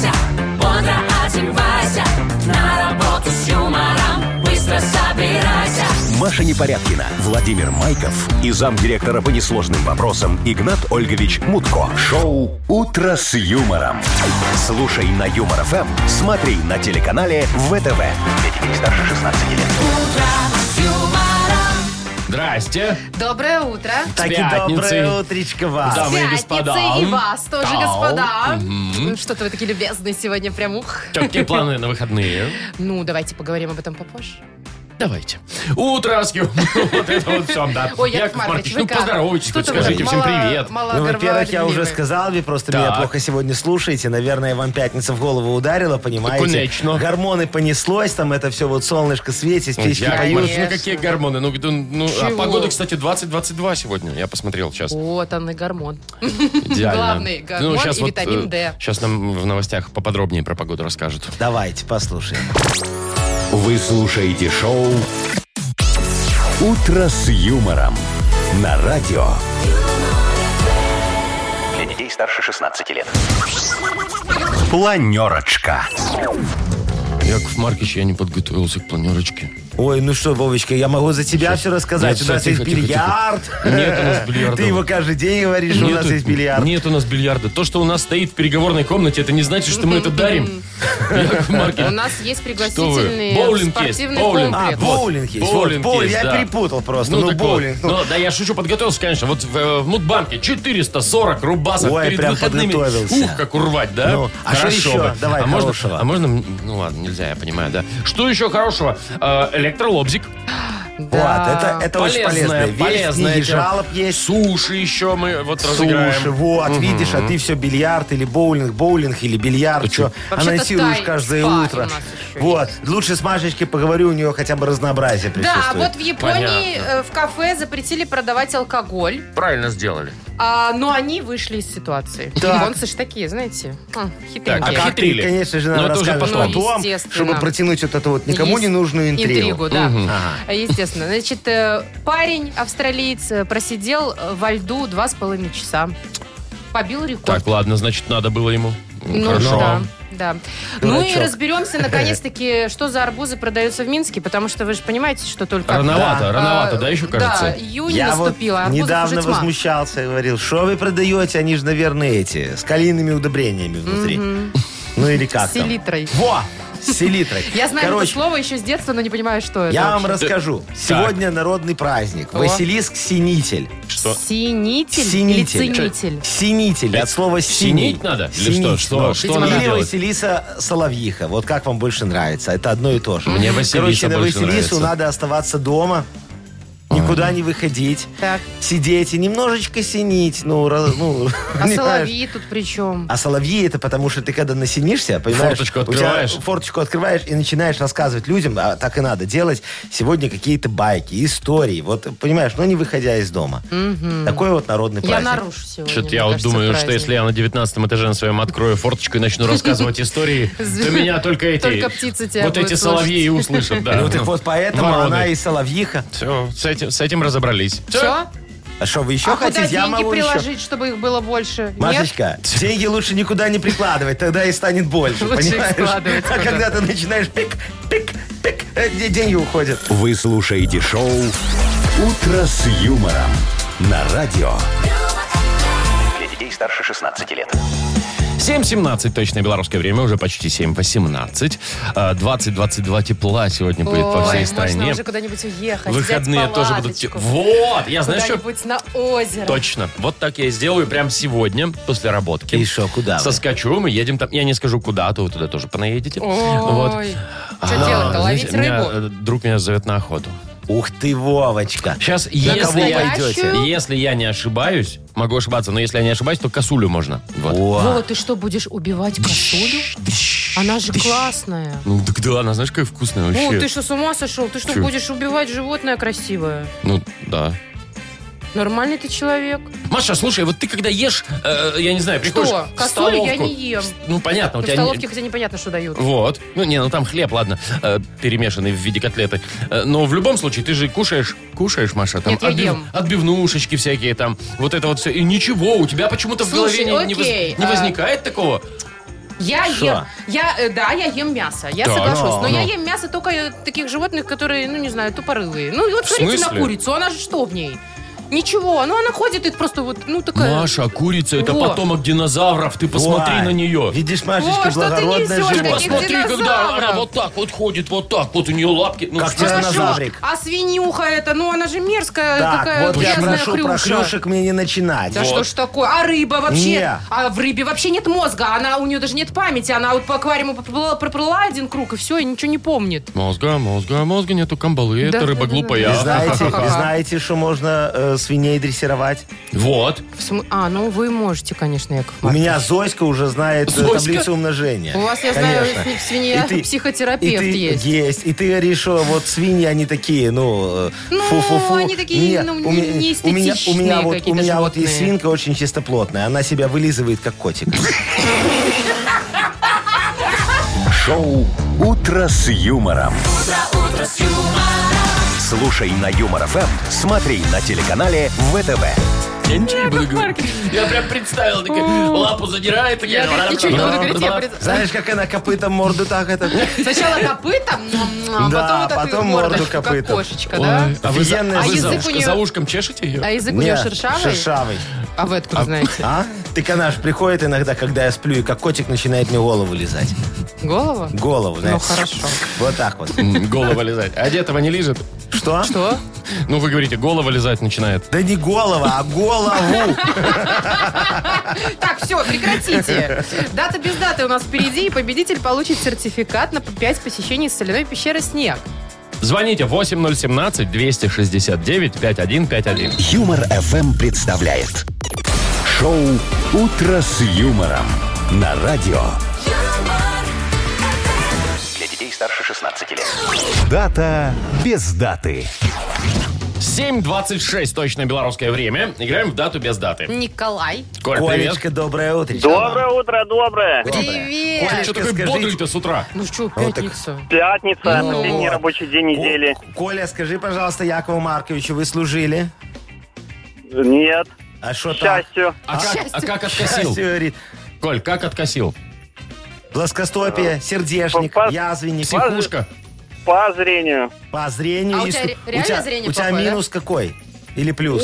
é Маша Непорядкина, Владимир Майков и замдиректора по несложным вопросам Игнат Ольгович Мутко. Шоу «Утро с юмором». Слушай на Юмор ФМ, смотри на телеканале ВТВ. Для детей старше 16 лет. Здрасте. Доброе утро. Так и пятницей. доброе утречко вам. Да. дамы А и С пятницей господа. и вас тоже, Да. господа. Что-то вы такие любезные сегодня, прям ух. Какие планы на выходные? Ну, давайте поговорим об этом попозже. Давайте. Утро с юмором. Вот это вот все, да. Ой, Яков Маркович, ну вы как? поздоровайтесь, хоть Что-то вы так скажите всем мало- привет. мало Ну, во-первых, я горделивы. уже сказал, вы просто меня Так. плохо сегодня слушаете. Наверное, вам пятница в голову ударила, понимаете? конечно. Гормоны понеслось, там это все вот солнышко светит, птички Яков поют. Маркович, ну какие гормоны? Ну, ну, ну, а Чего? погода, кстати, 20-22 сегодня. Я посмотрел сейчас. Вот он и гормон. Идеально. Ну, Главный гормон и витамин D. Сейчас э, нам в новостях поподробнее про погоду расскажут. Давайте, послушаем. Вы слушаете шоу «Утро с юмором» на радио. Для детей старше 16 лет. Планерочка. Яков Маркович, я не подготовился к планерочке. Ой, ну что, Вовочка, я могу за тебя все рассказать. Нет, у нас всё, есть тихо, тихо, бильярд. Нет у нас бильярда. Ты его каждый день говоришь, что у нас Нету- есть бильярд. Нет у нас бильярда. То, что у нас стоит в переговорной комнате, это не значит, что мы это дарим. Яков Маркович, У нас есть Что вы? пригласительный Боулинг есть, спортивный боулинг. А, комплекс. вот, боулинг есть. боулинг вот, боулинг. есть, я да. перепутал просто. Ну, так вот. боулинг. ну. Ну, да, я шучу, подготовился, конечно. Вот в, э, в Мудбанке 440 Ой, Ой, перед прям выходными. подготовился. Ух, как урвать, да? Ну, а что еще? бы. Давай а можно, хорошего. а можно, м, ну ладно, нельзя, я понимаю, да. Что еще хорошего? Э, электролобзик. Вот, это, это очень полезная вещь. полезная Книги тема. жалоб есть. Суши еще мы вот разыграем. Слушай, вот, видишь, а ты все бильярд или боулинг, боулинг или бильярд, все Вообще-то анонсируешь тай- каждое спа у нас утро. еще Вот, лучше с Машечкой поговорю, у нее хотя бы разнообразие Да, присутствует. вот в Японии э, в кафе запретили продавать алкоголь, Правильно сделали. а, но они вышли из ситуации. Так. Японцы ж такие, знаете, хм, Так, хитренькие. а как ты, хитрили. конечно же, Но нам это уже расскажешь потом. потом, Ну, естественно. чтобы протянуть вот эту вот никому не Есть нужную интригу. Интригу, да. Мгм. Ага. Естественно. Значит, э, парень австралиец э, просидел э, во льду два с половиной часа. Побил рекорд. Так, ладно, значит, надо было ему. Ну, Хорошо. да. Да. Ну и Дурачок. разберемся наконец-таки, что за арбузы продаются в Минске, потому что вы же понимаете, что только... Рановато, А, рановато, да, еще Да, кажется? июнь Я вот наступил, а арбузов недавно уже тьма. возмущался, говорил, что вы продаете, они же, наверное, эти, с калийными удобрениями внутри. Ну или как С там? селитрой. Во! С селитрой. Я знаю это Короче, слово еще с детства, но не понимаю, что это. Я вам расскажу. Сегодня народный праздник. О. Василиск-синитель. Что? Синитель, или Синитель. ценитель? Синитель. От слова синий. Синить надо? Или что? Что- ну. что надо Или делать? Василиса Соловьиха. Вот как вам больше нравится. Это одно и то же. Мне Василиса Короче, на больше Василису нравится. надо оставаться дома. Никуда не выходить. Так. Сидеть и немножечко синить. Ну, раз- ну, А понимаешь? соловьи тут при чем? А соловьи это потому, что ты когда насинишься, понимаешь... Форточку у тебя открываешь. Форточку открываешь и начинаешь рассказывать людям, а так и надо делать, сегодня какие-то байки, истории. Вот, понимаешь, но не выходя из дома. Такой вот народный Я праздник. нарушу сегодня. Что-то мне я вот кажется, думаю, что праздник. если я на 19 этаже на своем открою форточку и начну рассказывать истории, то меня только эти... Только птицы тебя Вот будут эти соловьи и услышат, да. Ну, так вот поэтому Вороны. она и соловьиха. Все, с этим, с этим разобрались. Все? А что, вы еще а хотите? куда Я деньги могу еще. приложить, чтобы их было больше? Машечка, деньги лучше никуда не прикладывать, тогда и станет больше, Лучше их понимаешь? складывать А куда-то. когда ты начинаешь пик, пик, пик, э, где деньги уходят? Вы слушаете шоу «Утро с юмором» на радио. Для детей старше 16 лет. 7.17 точное белорусское время, уже почти 7.18. А, 20-22 тепла сегодня Нет? будет по Ой, всей можно стране. уже куда-нибудь уехать, Выходные взять тоже будут... те- палаточку, Вот! Я знаю, что... Куда-нибудь на озеро. Точно. Вот так я и сделаю прямо сегодня, после работки. И шо, куда вы? Соскочу, мы едем там. Я не скажу, куда, а то вы туда тоже понаедете. Вот. Ой, что А, делать-то, знаете, ловить меня, рыбу? э, друг меня зовет на охоту. Ух ты, Вовочка. Сейчас, На если кого я, пойдете? если я не ошибаюсь, могу ошибаться, но если я не ошибаюсь, то косулю можно. Вот. О, Вот, ты что, будешь убивать косулю? Она же классная. Ну, так да, она, знаешь, какая вкусная О, вообще. ты что, с ума сошел? Ты что, Чё? будешь убивать животное красивое? Ну, да. Нормальный ты человек. Маша, слушай, вот ты когда ешь, э, я не знаю, приходишь Что? в Косулю я столовку. не ем. Ну, понятно, у Ну, в тебя... не- столовке, хотя непонятно, что дают. Вот. Ну, не, ну там хлеб, ладно, э, перемешанный в виде котлеты. Э, но в любом случае, ты же кушаешь, кушаешь, Маша, там Нет, я ем. отбивнушечки всякие там, вот это вот все. И ничего, у тебя почему-то в голове не- Слушай, не, воз- окей, не а- возникает такого. Я Шо? ем, я, э, да, я ем мясо, я Да, соглашусь, но ну, я ну. ем мясо только э, таких животных, которые, ну, не знаю, тупорылые. Ну, и вот В смотрите на смысле? курицу, она же что в ней? Ничего, ну, она ходит и просто вот, ну, такая... Маша, курица это Во. потомок динозавров. Ты посмотри Ой, на нее. Видишь, Машечка, О, что ты благородное несешь, животное. таких Посмотри, когда динозавров. она вот так вот ходит, вот так вот у нее лапки. Ну, Как что за А тиранозавр. чушь? Жабрик. А свинюха это, ну она же мерзкая, Так, какая вот я грязная прошу про хрюша. хрюшек мне не начинать. Да Вот. что ж такое? А рыба вообще? Не. А в рыбе вообще нет мозга, она у нее даже нет памяти, она вот по аквариуму проплыла, проплыла один круг и все, и ничего не помнит. Мозга, мозга, мозга нету камбалы. Да, это рыба да, да, глупая. Вы знаете, вы Ага. знаете, что можно э, свиней дрессировать? Вот. В смы- А, ну вы можете, конечно, Яков У Маркович. меня Зоська уже знает э, Зоська? таблицу умножения. У вас, я Конечно. знаю, свинья И ты- психотерапевт И ты есть. И ты говоришь, что вот свиньи, они такие, ну, э, Ну, фу-фу-фу. они такие, Не, ну, у меня- неэстетичные у меня- у меня вот- У какие-то меня вот есть животные. свинка очень чистоплотная. Она себя вылизывает, как котик. Шоу «Утро с юмором». Слушай на Юмор ФМ, смотри на телеканале ВТВ. Я ничего не буду говорить. Я прям представил, такая, лапу задирает. Я такая, говорит, ничего не буду говорить, я пред- Знаешь, как она копытом морду так это... Сначала копытом, а потом вот Да, потом эту морду мордочку, как копытом. кошечка, да? Ой, А вы, за, Офигенная а вы за жизнь. ушко- Язык у за неё- ушком чешете ее? А язык у Не, нее шершавый? шершавый. А вы откуда знаете? А? Так она же приходит иногда, когда я сплю, и как котик начинает мне голову лизать. Голова? Голову, Ну знаешь. хорошо. Вот так вот. Голова лизать. А этого не лижет? Что? Что? Ну, вы говорите, голова лизать начинает. Да не голова, а голову. Так, все, прекратите. Дата без даты у нас впереди, и победитель получит сертификат на 5 посещений соляной пещеры «Снег». Звоните 8017-269-5151. Юмор ФМ представляет. Шоу «Утро с юмором» на радио. Для детей старше 16 лет. Дата без даты. 7.26, точно белорусское время. Играем в дату без даты. Николай. Коль, привет. Колечка, доброе утро. Доброе утро, доброе. Привет. Коля, Что Колечка, такой скажите- бодрый-то с утра? Ну что, так- пятница. Пятница, Ну. последний рабочий день недели. Ко- Коля, скажи, пожалуйста, Якову Марковичу, вы служили? Нет, А к что так? счастью. А как, а как откосил? Счастье, говорит. Коль, как откосил? Плоскостопие, сердечник, Попа- язвенник, Психушка? По зрению. по зрению. А у и тебя слу- ре- реально зрение У тебя плохое, да? минус какой? Или плюс?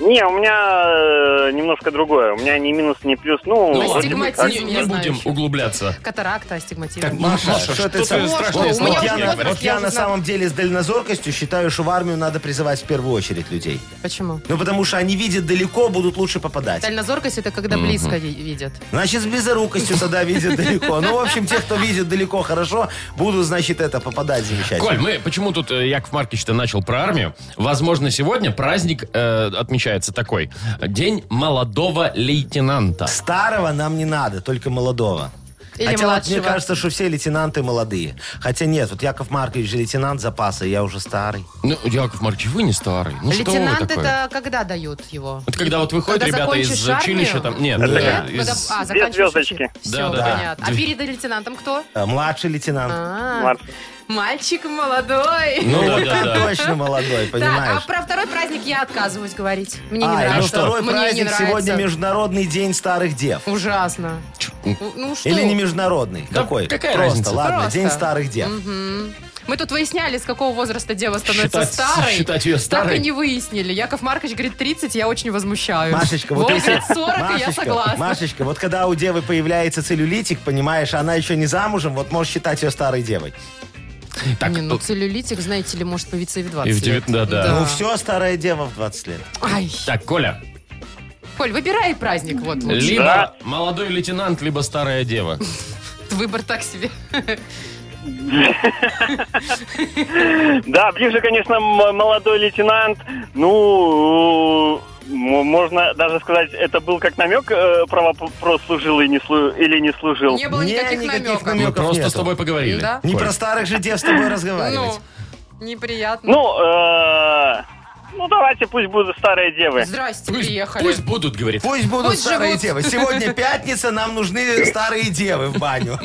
Не, у меня э, немножко другое. У меня ни минус, ни плюс. Ну, Ну, вроде бы Астигматизм, так. не, не я знаю будем еще. углубляться. Катаракта, астигматизм. Маша, что за ты страшные со- Вот у слова меня Вот уже я, тебе на- возраст, говоришь? вот я я на уже знаю. самом деле с дальнозоркостью считаю, что в армию надо призывать в первую очередь людей. Почему? Ну, потому что они видят далеко, будут лучше попадать. Дальнозоркость это когда близко ви- видят. Значит, с безорукостью тогда видят далеко. Ну, в общем, те, кто видит далеко хорошо, будут, значит, это, попадать замечательно. Коль, мы почему тут э, Яков Маркич-то начал про армию? Возможно, сегодня праздник э, отмечается такой. День молодого лейтенанта. Старого нам не надо, только молодого. Или Хотя вот мне младшего. кажется, что все лейтенанты молодые. Хотя нет, вот Яков Маркович же лейтенант запаса, я уже старый. Ну, Яков Маркич, вы не старый. Ну, что вы Лейтенант такое? это когда дают его? Это когда вот выходят Когда ребята из закончишь армию? училища там... Нет, Нет, э, Когда- из- А, Без заканчиваешь звездочки. учеб- Всё, Да, да, да. понятно. А Две- перед лейтенантом кто? Э, Младший лейтенант. А, Марс. Мальчик молодой. Ну, вот да, да, ты да. точно молодой, Так, понимаешь? а про второй праздник я отказываюсь говорить. Мне не А, и нравится. ну второй Мне не праздник нравится. сегодня Международный день старых дев. Ужасно. Ну что? Или не международный? Да Какой? какая Просто, разница? ладно, Просто. День старых дев. Мы тут выясняли, с какого возраста дева становится Считать- старой. считать ее Так старой? и не выяснили. Яков Маркович говорит 30, я очень возмущаюсь. Машечка, вот вот если... 40, и я согласна. Машечка, вот когда у девы появляется целлюлитик, понимаешь, она еще не замужем, вот можешь считать ее старой девой. Так, не, ну тут- целлюлитик, знаете ли, может появиться и в 20 И в девят- лет. да-да. Ну все, старая дева в 20 лет. Ай, так, Коля, Коль, выбирай праздник вот лучше. либо Да. молодой лейтенант, либо старая дева. Выбор так себе. Да, ближе, конечно, м- молодой лейтенант. Ну, м- можно даже сказать, это был как намек э, про вопрос, служил и не слу- или не служил. Не было Не, никаких, никаких намеков. намеков. Мы Намёков просто нету. с тобой поговорили. Да. Не Коль. про старых же дев с тобой разговаривать. Ну, неприятно. Ну, э, Ну, давайте пусть будут старые девы. Здрасте, Пусть, приехали. пусть будут, говорит. Пусть будут Пусть старые живут. девы. Сегодня пятница, нам нужны старые девы в баню.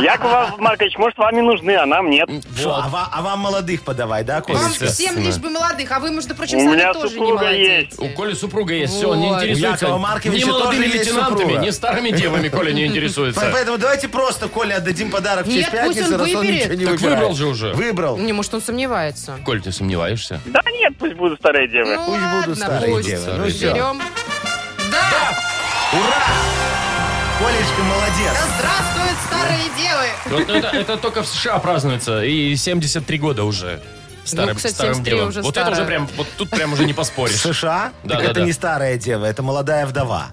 Яков Маркович, может, вам и нужны, а нам нет. Шо, а ва- а вам молодых подавай, да, Коля? Вам Естественно. всем лишь бы молодых, а вы, между прочим, У сами меня тоже не супруга молодец. У Коли супруга есть, все, не Вот. интересуется. У Якова Марковича ни молодыми тоже есть лейтенантами, супруга. ни старыми девами Коля не По- интересуется. Поэтому давайте просто Коле отдадим подарок Нет, через пусть пятницу, он раз он выберет. ничего не Так выбирает. выбрал же уже. Выбрал. Не, может, он сомневается. Коль, ты сомневаешься? Да нет, пусть будут старые девы. Ну Пусть будут ладно, старые пусть. девы. Ну, всё. Берем. Да! Ура! Колечка молодец. Да здравствуют старые девы! Вот, ну, это, это только в США празднуется, и 73 года уже. Старым, Ну, кстати, старым 73 девам. уже вот это старая. уже прям, вот тут прям уже не В поспоришь. США? Да, так да, это да. не старая дева, это молодая вдова.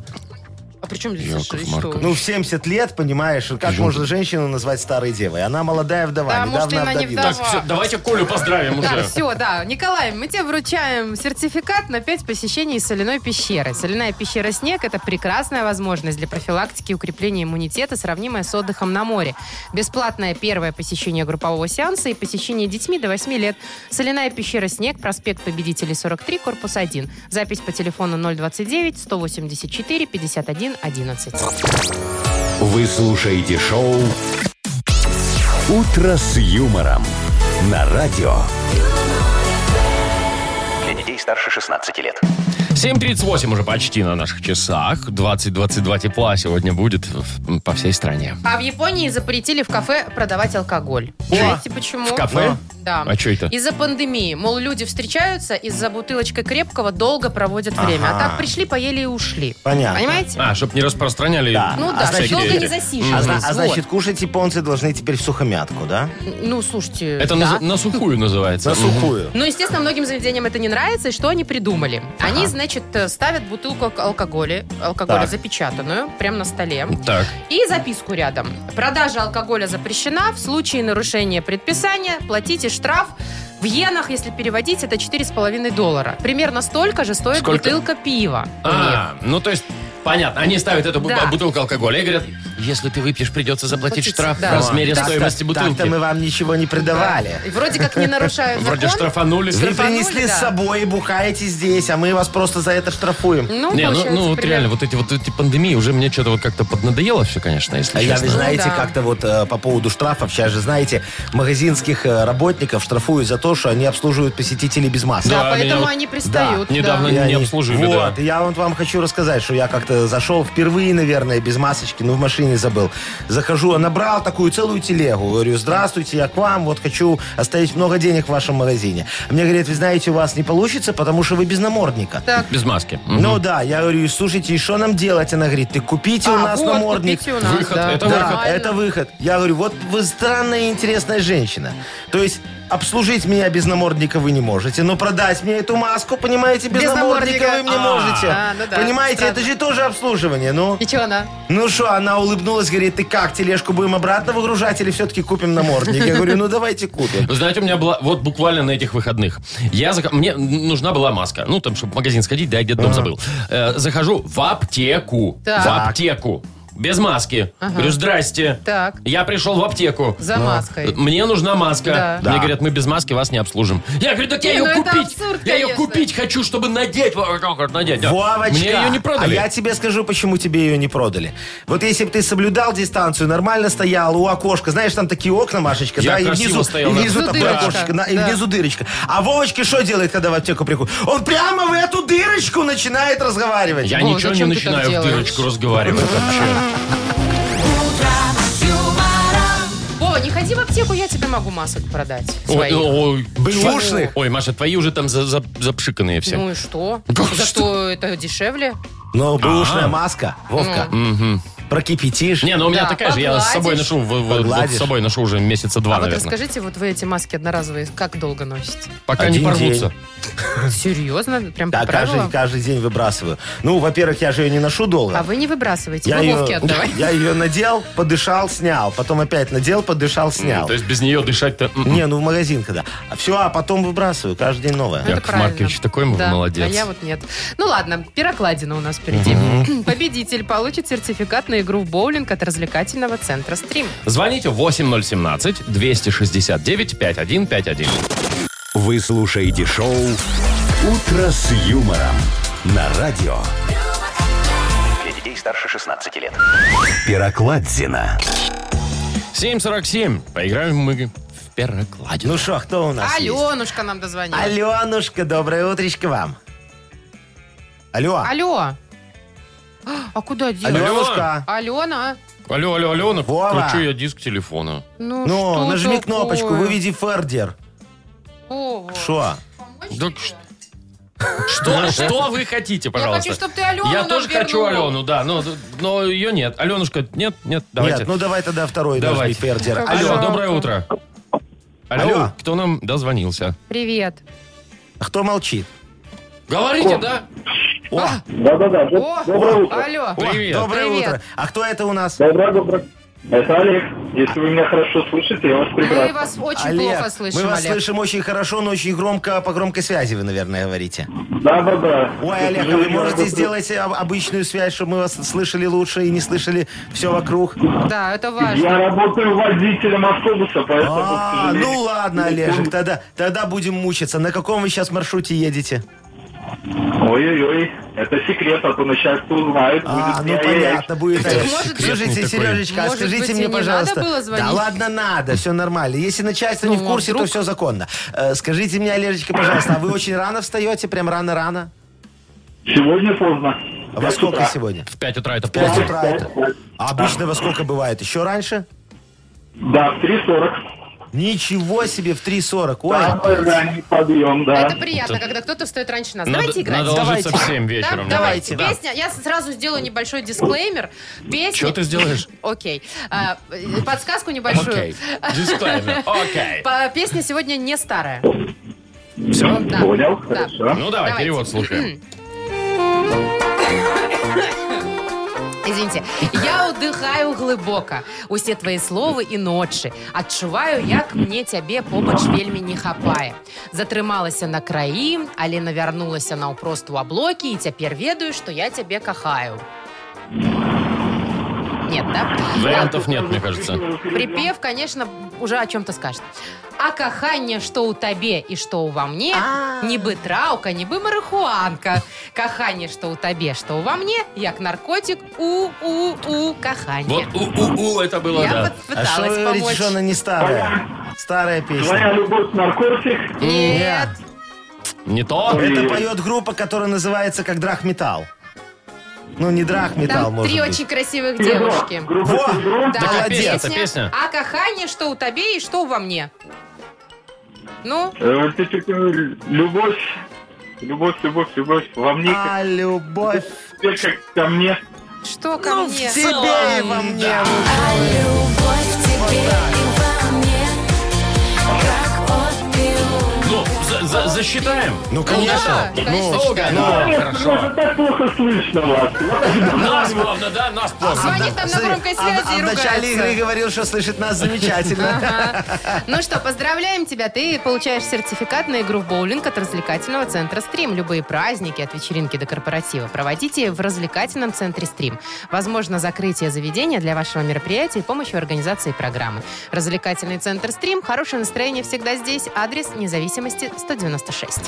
А при чем здесь Яков США? И Маркович. Ну, в 70 лет, понимаешь, как можно женщину назвать старой девой? Она молодая вдова, Да, недавно может, и она не обдавилась. Так, вдова. всё, давайте Колю поздравим Да, уже. все, да. Николай, мы тебе вручаем сертификат на 5 посещений соляной пещеры. Соляная пещера «Снег» — это прекрасная возможность для профилактики и укрепления иммунитета, сравнимая с отдыхом на море. Бесплатное первое посещение группового сеанса и посещение детьми до 8 лет. Соляная пещера «Снег», проспект Победителей, 43, корпус 1. Запись по телефону 029-184-51-11. Вы слушаете шоу «Утро с юмором» на радио. Для детей старше 16 лет. 7.38 уже почти на наших часах. 20-22 тепла сегодня будет в- по всей стране. А в Японии запретили в кафе продавать алкоголь. Знаете почему? В кафе? Да. А чё это? Из-за пандемии. Мол, люди встречаются, из-за бутылочкой крепкого долго проводят время. А Ага. так пришли, поели и ушли. Понятно. Понимаете? А, чтобы не распространяли. Да. Ну а да, значит, долго эти- не засиживались. А, зна- а Вот. значит, кушать японцы должны теперь в сухомятку, да? Ну, слушайте, Это да. на, на сухую называется. За сухую. Ну, естественно, многим заведениям это не нравится. И что они придумали? Они, значит, э, ставят бутылку алк- алкоголя, алкоголя Так. запечатанную, прямо на столе. Мгм. Так. И записку рядом. Продажа алкоголя запрещена. В случае нарушения предписания платите штраф в йенах, если переводить, это 4,5 доллара. Примерно столько же стоит Сколько? бутылка пива. у них. А, ну то есть, понятно, они ставят эту бу- Да. бутылку алкоголя и говорят, если ты выпьешь, придется заплатить Заплатить, штраф да. в размере Так-то- стоимости бутылки. Так-то мы вам ничего не придавали. И вроде как не нарушают закон. Вроде штрафанули. Вы Штрафанули, принесли да. с собой и бухаете здесь, а мы вас просто за это штрафуем. Ну, Не, ну, получается, ну вот примерно. реально, вот эти вот эти пандемии уже мне что-то вот как-то поднадоело все, конечно, если А я, вы честно. знаете, Ну да. как-то вот э, по поводу штрафов, сейчас же, знаете, магазинских э, работников штрафуют за то, что они обслуживают посетителей без маски. Да, Да, меня поэтому вот- они пристают. Да, недавно да. И не обслужили, вот, да. я вот вам хочу рассказать, что я как-то зашел впервые, наверное, без масочки, ну, в машине забыл. Захожу, а набрал такую целую телегу. Говорю, здравствуйте, я к вам, вот хочу оставить много денег в вашем магазине. А Мне говорят, вы знаете, у вас не получится, потому что вы без намордника. Так, Без маски. Мгм. Ну да, я говорю, слушайте, и что нам делать? Она говорит, ты купите у а, нас вот, намордник. купите у нас, Выход, да. это да, выход. это выход. Я говорю, вот вы странная и интересная женщина. То есть обслужить меня без намордника вы не можете, но продать мне эту маску, понимаете, без, Без намордника, намордника. вы мне А, можете. а, ну да, понимаете, странно. это же тоже обслуживание. Ну, И чё она? ну что, она улыбнулась, говорит, ты как, тележку будем обратно выгружать или все-таки купим намордник? Я говорю, ну давайте купим. Вы знаете, у меня была вот буквально на этих выходных. Я зах- мне нужна была маска. Ну, там, чтобы в магазин сходить, да, я где-то дом забыл. Э, захожу в аптеку. А. Так. В аптеку. Без маски. Говорю, здрасте. Так. Я пришел в аптеку. Ну. За маской. Мне нужна маска. Да. Мне Да. говорят, мы без маски вас не обслужим. Я говорю, так я Не, ее ну это купить. абсурд, я ее конечно. купить хочу, чтобы надеть. Вот так вот надеть. Да. Вовочка, Мне ее не продали. А я тебе скажу, почему тебе ее не продали. Вот если бы ты соблюдал дистанцию, нормально стоял у окошка, знаешь, там такие окна, Машечка, Я да, и красиво внизу, стоял, и да. внизу Внизу такое дырочка, окошечко, на- и да. внизу дырочка. А Вовочка что делает, когда в аптеку приходит? Он прямо в эту дырочку начинает разговаривать. Я Вова, ничего не зачем ты так начинаю в делаешь? дырочку разговаривать вообще. Вова, не ходи в аптеку, я тебе могу масок продать. Ой, своих. ой, Бэушных? Ой, Маша, твои уже там за- за- запшиканные все. Ну и что? Как За что? что это дешевле? Но Ну, бэушная А. маска, Вовка, прокипятишь. Не, ну у меня Да, такая же, я с собой погладишь. ношу, в- в- вот Погладишь. с собой ношу уже месяца два, а вот наверное. расскажите, вот вы эти маски одноразовые как долго носите? Пока не Один порвутся. Серьезно? Прям Э. Да, по правилам? каждый, каждый день выбрасываю. Ну, во-первых, я же ее не ношу долго. А вы не выбрасываете, я, вы ее, Вовке отдавай. я ее надел, подышал, снял. Потом опять надел, подышал, снял. Ну, То есть без нее дышать-то... м-м. Не, ну в магазин когда. Все, а потом выбрасываю, каждый день новое. Ну, это Яков правильно. Маркович, такой мы Да, молодец. А я вот нет. Ну ладно, пирокладина у нас впереди. Победитель получит сертификат на игру в боулинг от развлекательного центра «Стрим». Звоните 8017-269-5151. Вы слушаете шоу «Утро с юмором» на радио Для детей старше 16 лет. Пирокладзина. 7.47. Поиграем мы в пирокладину. Ну что, кто у нас есть? Аленушка нам дозвонила. Аленушка, доброе утречко вам. Алло. Алло. А куда а? делать? Аленушка. Алена, Алло, алло, Алена, Вова. включу я диск телефона. ну, Ну, что нажми такое? кнопочку, выведи фердер. Вова, Что? Так ш- что, что вы хотите, пожалуйста? хочу, чтоб ты Алену Я нам тоже хочу вернула. Алену, да, но, но ее нет. Аленушка, нет, нет, давайте. Нет, ну давай тогда второй нажми Давайте. фердер. А Как Алло, Пожалуйста. доброе утро. Алло, Алло. кто нам дозвонился? Привет. Кто молчит? Говорите, да? О, Да-да-да, О, а- доброе утро. алло. о, Привет. доброе Привет. утро. А кто это у нас? Доброе, доброе. Это Олег. Если вы меня хорошо слышите, я вас Мы прекрасно. вас очень Олег, плохо слышим, мы вас Олег. слышим очень хорошо, но очень громко по громкой связи вы, наверное, говорите. Да-да-да. Ой, Олег, а вы можете сделать об- обычную связь, чтобы мы вас слышали лучше и не слышали все вокруг? Да, это важно. Я работаю водителем автобуса, поэтому, к А, сожалению, ну ладно, телефон- Олежек, тогда, тогда будем мучиться. На каком вы сейчас маршруте едете? Ой-ой-ой, это секрет, а то начальство узнает. А, будет ну яй-яй-яй. понятно, будет. Так Олег. может быть- Слушайте, Секретный такой. Сережечка, а Может скажите быть, и мне, не пожалуйста. надо было звонить? Да ладно, надо, все нормально. Если начальство не Ну, в а курсе, то вдруг? все законно. Э, Скажите мне, Олежечка, пожалуйста, а вы очень рано встаете? Прям рано-рано? Сегодня поздно. А Во сколько сегодня? В 5 утра это В 5 поздно. утра это. А обычно во сколько бывает? Еще раньше? Да, в 3.40. Ничего себе, в 3.40. Ой, Самый ранний подъем, да. Это приятно, когда кто-то встает раньше нас. Надо- Давайте играть. Надо ложиться в 7 Да, вечером. давайте. Да. Песня. Я сразу сделаю небольшой дисклеймер. Песня. Чё ты сделаешь? Окей. А, э, Подсказку небольшую. Окей. Дисклеймер. Окей. По- Песня сегодня не старая. Все? Да. Понял, Да. хорошо. Ну давай, Давайте. перевод слушаем. Извините. Я отдыхаю глибоко. Усе твої слови і ночі. Отчуваю, як мне тебе побач вельми не хапає. Затрималася на краї, але навернулася на упросту облоки, і тепер ведаю, що я тебе кахаю. Нет, да? Вариантов нет, мне кажется. Припев, конечно, уже о чем-то скажет. А каханне, что у табе и что у во мне, А. нібы траука, нібы марихуанка. Каханне, что у табе, что у во мне, як наркотик, у-у-у, Вот каханне. у-у-у это было, Я да. а что попыталась вы говорите, помочь. что она не старая? Старая песня. Твоя любовь наркотик. Нет. Не то. Ой. Это поет группа, которая называется как Драхметал. Ну, не Драхметал, Там может три быть. очень красивых девушки. Группа Во! «Синдром». Да, Молодец. песня. Песня. А каханне, что у табе и что у во мне. Ну, Э, ты чё, э, Любовь, любовь, любовь, любовь. Во мне, как, А любовь теперь как ко мне. что ко ну, в мне? тебе и во мне. А любовь в тебе и во мне, как от пилюли. Ну, за- за- засчитаем. Ну, да, конечно. конечно, Ну, считаем. ну, Нет, хорошо. уже так плохо слышно вас. Нас главное, Ну, да, нас плохо. Звонит там на Смотри, громкой а в- связи а и в начале ругается. игры говорил, что слышит нас замечательно. Ага. Ну что, поздравляем тебя. Ты получаешь сертификат на игру в боулинг от развлекательного центра «Стрим». Любые праздники от вечеринки до корпоратива проводите в развлекательном центре «Стрим». Возможно, закрытие заведения для вашего мероприятия и помощью организации программы. Развлекательный центр «Стрим». Хорошее настроение всегда здесь. Адрес независимости 196.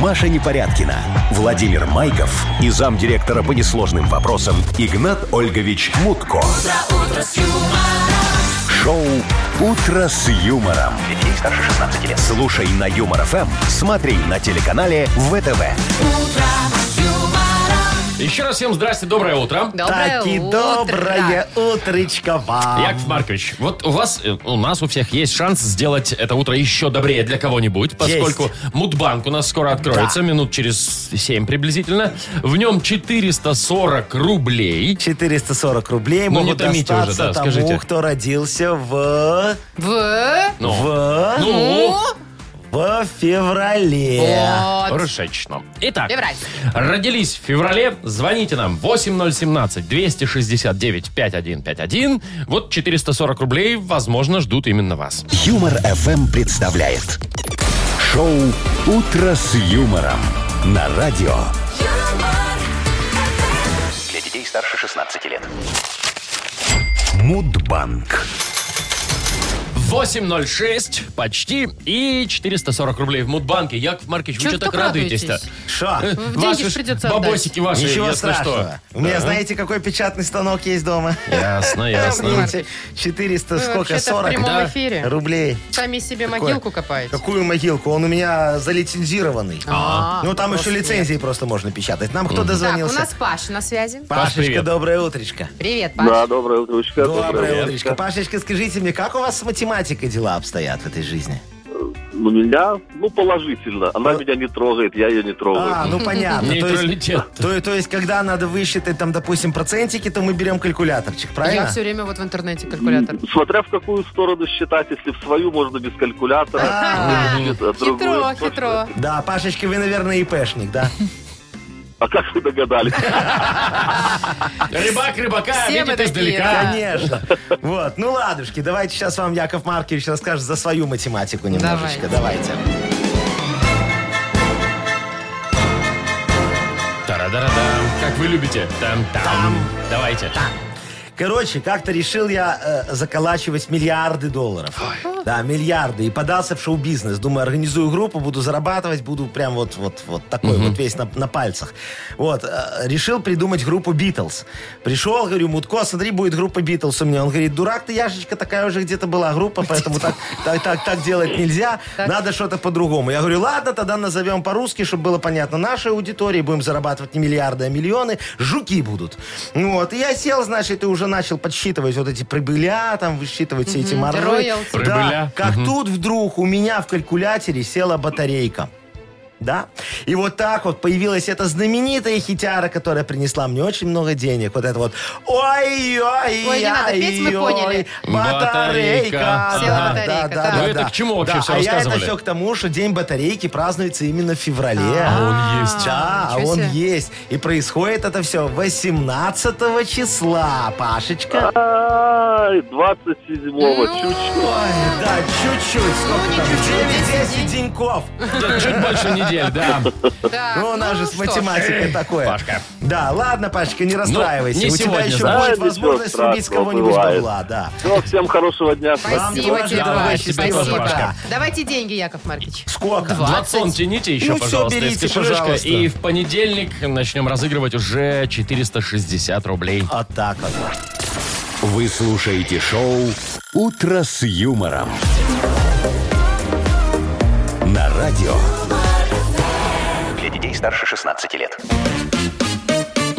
Маша Непорядкина, Владимир Майков и замдиректора по несложным вопросам Игнат Ольгович Мутко. Шоу Утро с юмором. Для детей старше 16 лет. Слушай на Юмор ФМ, смотри на телеканале ВТВ. Еще раз всем здрасте, доброе утро. Доброе Так и утро. доброе утречко А, вам. Яков Маркович, вот у вас, э, у нас у всех есть шанс сделать это утро еще добрее для кого-нибудь, поскольку Мудбанк у нас скоро откроется, минут через 7 приблизительно. В нем 440 рублей. 440 рублей Ну, не могут томите уже, да, достаться тому, скажите. кто родился в... В... Ну, в... ну, в феврале. Вот. Рушечно. Итак, Февраль. родились в феврале, звоните нам 8017-269-5151. Вот 440 рублей, возможно, ждут именно вас. Юмор ФМ представляет шоу Утро с юмором на радио. Юмор, Для детей старше 16 лет. Мудбанк. 8.06 почти и 440 рублей в Мудбанке. Яков Маркич, вы Чё что вы так так радуетесь? радуетесь-то? Шо? Э, в ваши деньги ж ж придется отдать. Бабосики ваши, Ничего если страшного. что. У меня, Да. знаете, какой печатный станок есть дома? Ясно, ясно. Помните, 400, Вы сколько, Ну, вообще-то в 40 прямом да, эфире. рублей. Сами себе Какое? могилку копаете. Какую могилку? Он у меня залицензированный. А, Ну, там еще просто лицензии просто можно печатать. Нам кто Так, у дозвонился? нас Паша на связи. Паш, Пашечка, привет. доброе утречко. Привет, Паш. Да, доброе утречко. Доброе привет. утречко. Пашечка, скажите мне, как у вас с математикой дела обстоят в этой жизни? У меня, ну, положительно. Она меня не трогает, я ее не трогаю. А, ну понятно. То есть, Нейтралитет. то, то есть, когда надо высчитать, там, допустим, процентики, то мы берем калькуляторчик, Я правильно? все время вот в интернете калькулятор. Смотря в какую сторону считать, если в свою, можно без калькулятора. А, если в другую, Хитро, точно. хитро. Да, Пашечка, вы, наверное, ИПшник, да? А как вы догадались? Рыбак рыбака Все мы видит такие, издалека. да. Конечно. Вот, ну ладушки, давайте сейчас вам Яков Маркович расскажет за свою математику немножечко. Давайте. Тарадарадам. Как вы любите. Там-там. Давайте. Короче, как-то решил я э, заколачивать миллиарды долларов. Да, миллиарды. И подался в шоу-бизнес. Думаю, организую группу, буду зарабатывать, буду прям вот, вот, вот такой вот весь на, на пальцах. Вот. э, решил придумать группу Битлз. Пришел, говорю, Мутко, смотри, будет группа Битлз у меня. Он говорит, дурак ты, Яшечка, такая уже где-то была группа, поэтому так, так, так, так делать нельзя. Надо что-то по-другому. Я говорю, ладно, тогда назовем по-русски, чтобы было понятно нашей аудитории. Будем зарабатывать не миллиарды, а миллионы. Жуки будут. Ну Вот. И я сел, значит, и уже начал подсчитывать вот эти прибыля, там, высчитывать все эти моржи. роялти. Прибыля. Да. Как тут вдруг у меня в калькуляторе села батарейка. Да? И вот так вот появилась эта знаменитая хитяра, которая принесла мне очень много денег. Вот это вот ой ой Ой, не надо петь, мы поняли. Батарейка. Села Да, батарейка, да. да, да, Ну, да, это да. к чему вообще Да, всё А я это рассказывали? все к тому, что День батарейки празднуется именно в феврале. А, он есть. Да, а Ничего он себе. есть. И происходит это все 18 числа, Пашечка. Ай, 27-го, чуть-чуть. Ой, да, чуть-чуть. Сколько не там? чуть-чуть, а 10 10 деньков. Чуть больше недель, да. Так, Ну, у нас же с А, что ж. математикой такое. Пашка. Да, ладно, Пашечка, Ну, не расстраивайся. не У тебя сегодня, еще да? будет Ничего возможность срубить с страшного, кого-нибудь бывает. бабла, да. Все, всем хорошего дня. Спасибо Вам тоже, тебе, дорогой, Паш, тебе тоже, счастливого Пашка. дня. Давайте деньги, Яков Маркович. Сколько? Два. 20. Двадцон тяните еще, Ну, всё, пожалуйста, из берите, кошелька. пожалуйста. И в понедельник начнем разыгрывать уже 460 рублей. Вот так вот. Вы слушаете шоу «Утро с юмором». На радио Для детей старше 16 лет.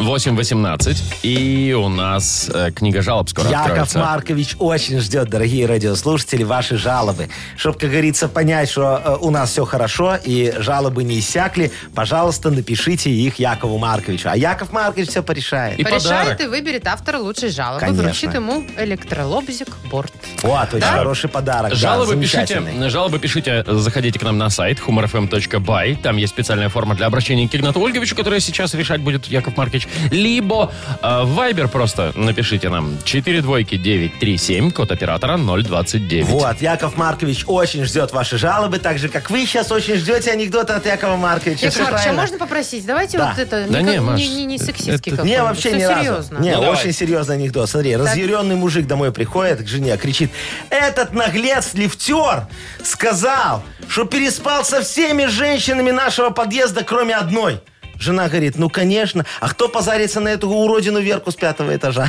8.18. И у нас э, книга жалоб скоро Яков откроется. Маркович очень ждет, дорогие радиослушатели, ваши жалобы. Чтобы, как говорится, понять, что э, у нас все хорошо и жалобы не иссякли, пожалуйста, напишите их Якову Марковичу. А Яков Маркович все порешает. И Порешает подарок. и выберет автора лучшей жалобы. Конечно. Вручит ему электролобзик борт. Вот, очень хороший подарок. да, Жалобы пишите, замечательный. жалобы пишите, заходите к нам на сайт humorfm.by. Там есть специальная форма для обращения к Игнату Ольговичу, которая сейчас решать будет Яков Маркович. Либо э, в Viber просто напишите нам 4 двойки 937, код оператора 029. Вот, Яков Маркович очень ждет ваши жалобы, так же, как вы сейчас очень ждете анекдота от Якова Марковича. Яков Все Маркович, а правильно? можно попросить? Давайте Да. вот это... Да не, не, как- Маш, не, не, не сексистский это- какой-нибудь. Не, вообще Всё ни серьезно. разу. Не, Ну, давай. очень серьезный анекдот. Смотри, разъяренный мужик домой приходит к жене, кричит, этот наглец-лифтер сказал, что переспал со всеми женщинами нашего подъезда, кроме одной. Жена говорит, ну, конечно. А кто позарится на эту уродину Верку с пятого этажа?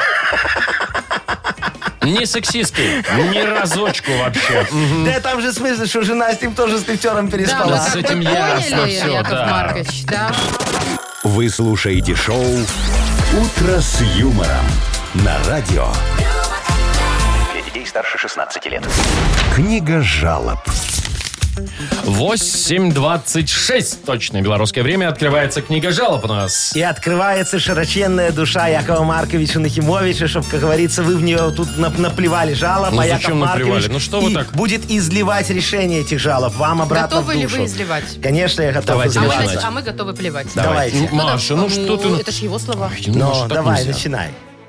Не сексистский, ни разочку вообще. Да там же смысл, что жена с ним тоже с лифтером Да, мы переспала. С как бы этим ясно поняли, всё, Яков да. Маркович, да. вы слушаете шоу «Утро с юмором». На радио Для детей старше 16 лет. «Книга жалоб». 8.26, точное белорусское время, открывается книга жалоб у нас. И открывается широченная душа Якова Марковича Нахимовича, чтобы, как говорится, вы в нее тут нап- наплевали жалоб, Ну, а Яков зачем наплевали? Маркович Ну, что вы и так? будет изливать решение этих жалоб вам обратно Готовы в ли душу. вы изливать? Конечно, я готов Давайте А Давай. мы, изливать. начинать. нач- а мы готовы плевать. Давайте. Маша, ну да, что ты... Это ж его слова. Ну, Но Маша, так давай, нельзя. начинай.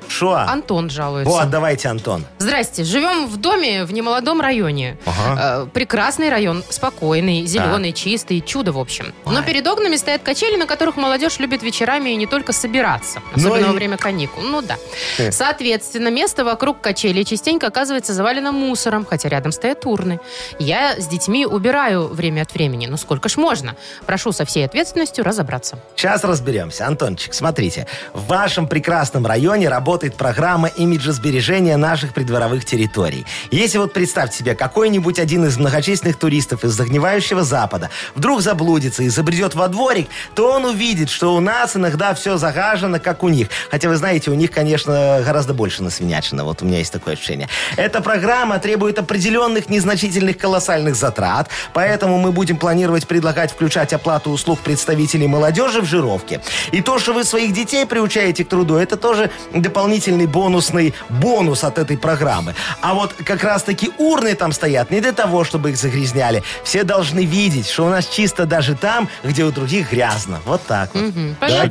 Шо? Антон жалуется. Вот, давайте, Антон. Здрасте. Живем в доме в немолодом районе. Э, прекрасный район. Спокойный, зеленый, чистый. Чудо, в общем. Но перед окнами стоят качели, на которых молодежь любит вечерами и не только собираться. Ну Особенно и- во Э. время каникул. Ну да. Соответственно, место вокруг качелей частенько оказывается завалено мусором, хотя рядом стоят урны. Я с детьми убираю время от времени. Ну сколько ж можно? Прошу со всей ответственностью разобраться. Сейчас разберемся. Антончик, смотрите. В вашем прекрасном районе работает программа имиджесбережения наших придворовых территорий. Если вот представьте себе, какой-нибудь один из многочисленных туристов из загнивающего запада вдруг заблудится и забредет во дворик, то он увидит, что у нас иногда все загажено, как у них. Хотя вы знаете, у них, конечно, гораздо больше насвинячено. Вот у меня есть такое ощущение. Эта программа требует определенных незначительных колоссальных затрат, поэтому мы будем планировать предлагать включать оплату услуг представителей молодежи в жировке. И то, что вы своих детей приучаете к труду, это тоже дополнительный бонусный бонус от этой программы. А вот как раз-таки урны там стоят не для того, чтобы их загрязняли. Все должны видеть, что у нас чисто даже там, где у других грязно. Вот так вот. Давайте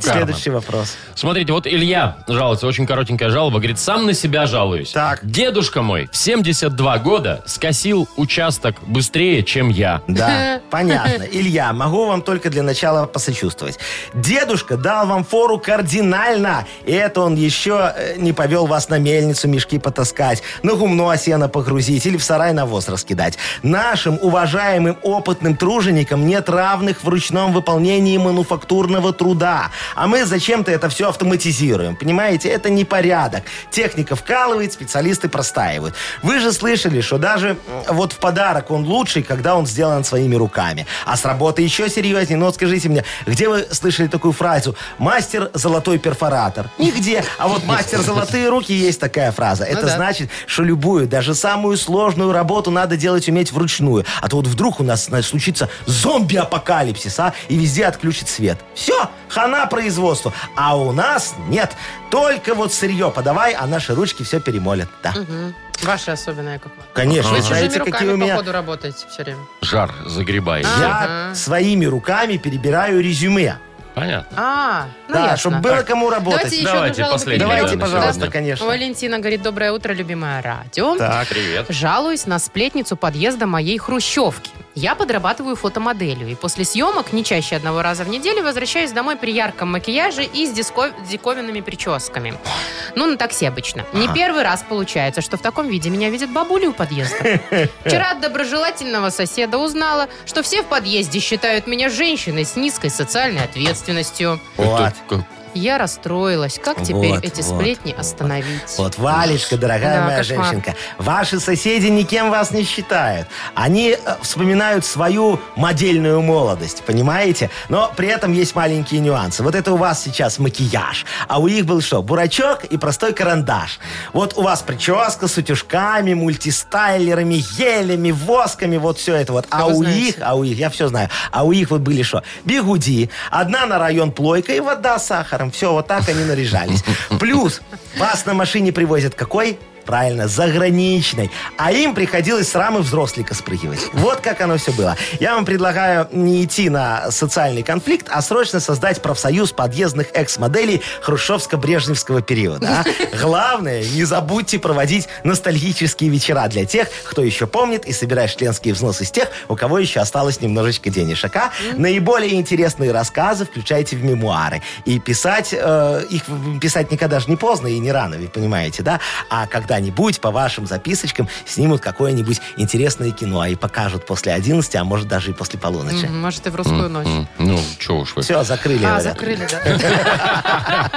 Шикарно. следующий вопрос. Смотрите, вот Илья жалуется, очень коротенькая жалоба, говорит, сам на себя жалуюсь. Так. Дедушка мой в 72 года скосил участок быстрее, чем я. Да, понятно. Илья, могу вам только для начала посочувствовать. Дедушка дал вам фору кардинально, и это он еще э, не повел вас на мельницу мешки потаскать, на гумно сено погрузить или в сарай навоз раскидать. Нашим уважаемым опытным труженикам нет равных в ручном выполнении мануфактурного труда. А мы зачем-то это все автоматизируем. Понимаете, это непорядок. Техника вкалывает, специалисты простаивают. Вы же слышали, что даже м, вот в подарок он лучший, когда он сделан своими руками. А с работы еще серьезнее. Но вот скажите мне, где вы слышали такую фразу «мастер золотой перфоратор»? Нигде. А вот «мастер золотые руки» есть такая фраза. Это да. значит, что любую, даже самую сложную работу надо делать уметь вручную. А то вот вдруг у нас значит, случится зомби-апокалипсис, а, и везде отключит свет. Все, хана производству. А у нас нет. Только вот сырье подавай, а наши ручки все перемолят. Да. Ваша особенная как Конечно, Вы чужими знаете, какие у руками, меня... походу, работаете все время. Жар загребает. А. Я своими руками перебираю резюме. Понятно. А, ну да, ясно. чтобы было кому работать. Давайте Давайте еще одну жалобу последний перейдем. Давайте, да, Давайте, на пожалуйста, сегодня. конечно. Валентина говорит, доброе утро, любимое радио. Так. Привет. Жалуюсь на сплетницу подъезда моей хрущевки. Я подрабатываю фотомоделью, и после съемок не чаще одного раза в неделю возвращаюсь домой при ярком макияже и с диско- диковинными прическами. Ну, на такси обычно. Не первый раз получается, что в таком виде меня видят бабули у подъезда. Вчера от доброжелательного соседа узнала, что все в подъезде считают меня женщиной с низкой социальной ответственностью. Вот. Как- Я расстроилась. Как теперь Вот, эти вот, сплетни вот. остановить? Вот, Валечка, дорогая Да, моя кошмар. женщинка, ваши соседи никем вас не считают. Они э, вспоминают свою модельную молодость, понимаете? Но при этом есть маленькие нюансы. Вот это у вас сейчас макияж, а у них был что? Бурачок и простой карандаш. Вот у вас прическа с утюжками, мультистайлерами, елями, восками, вот все это вот. А вы у знаете. них, а у их, я все знаю, а у их вот были что? Бигуди, одна на район плойка и вода с сахаром. Все, вот так они наряжались. Плюс вас на машине привозят какой? Правильно, заграничной. А им приходилось с рамы взрослика спрыгивать. Вот как оно все было. Я вам предлагаю не идти на социальный конфликт, а срочно создать профсоюз подъездных экс-моделей Хрущевско-Брежневского периода. а. Главное, не забудьте проводить ностальгические вечера для тех, кто еще помнит и собирает членские взносы с тех, у кого еще осталось немножечко денежек. а. Наиболее интересные рассказы включайте в мемуары. И писать э, их писать никогда же не поздно и не рано, вы понимаете, да? А когда-нибудь по вашим записочкам снимут какое-нибудь интересное кино и покажут после 11, а может даже и после полуночи. М, Может, и в русскую ночь. М, Ну, что уж вы. Все, закрыли. А, говорят. закрыли, да.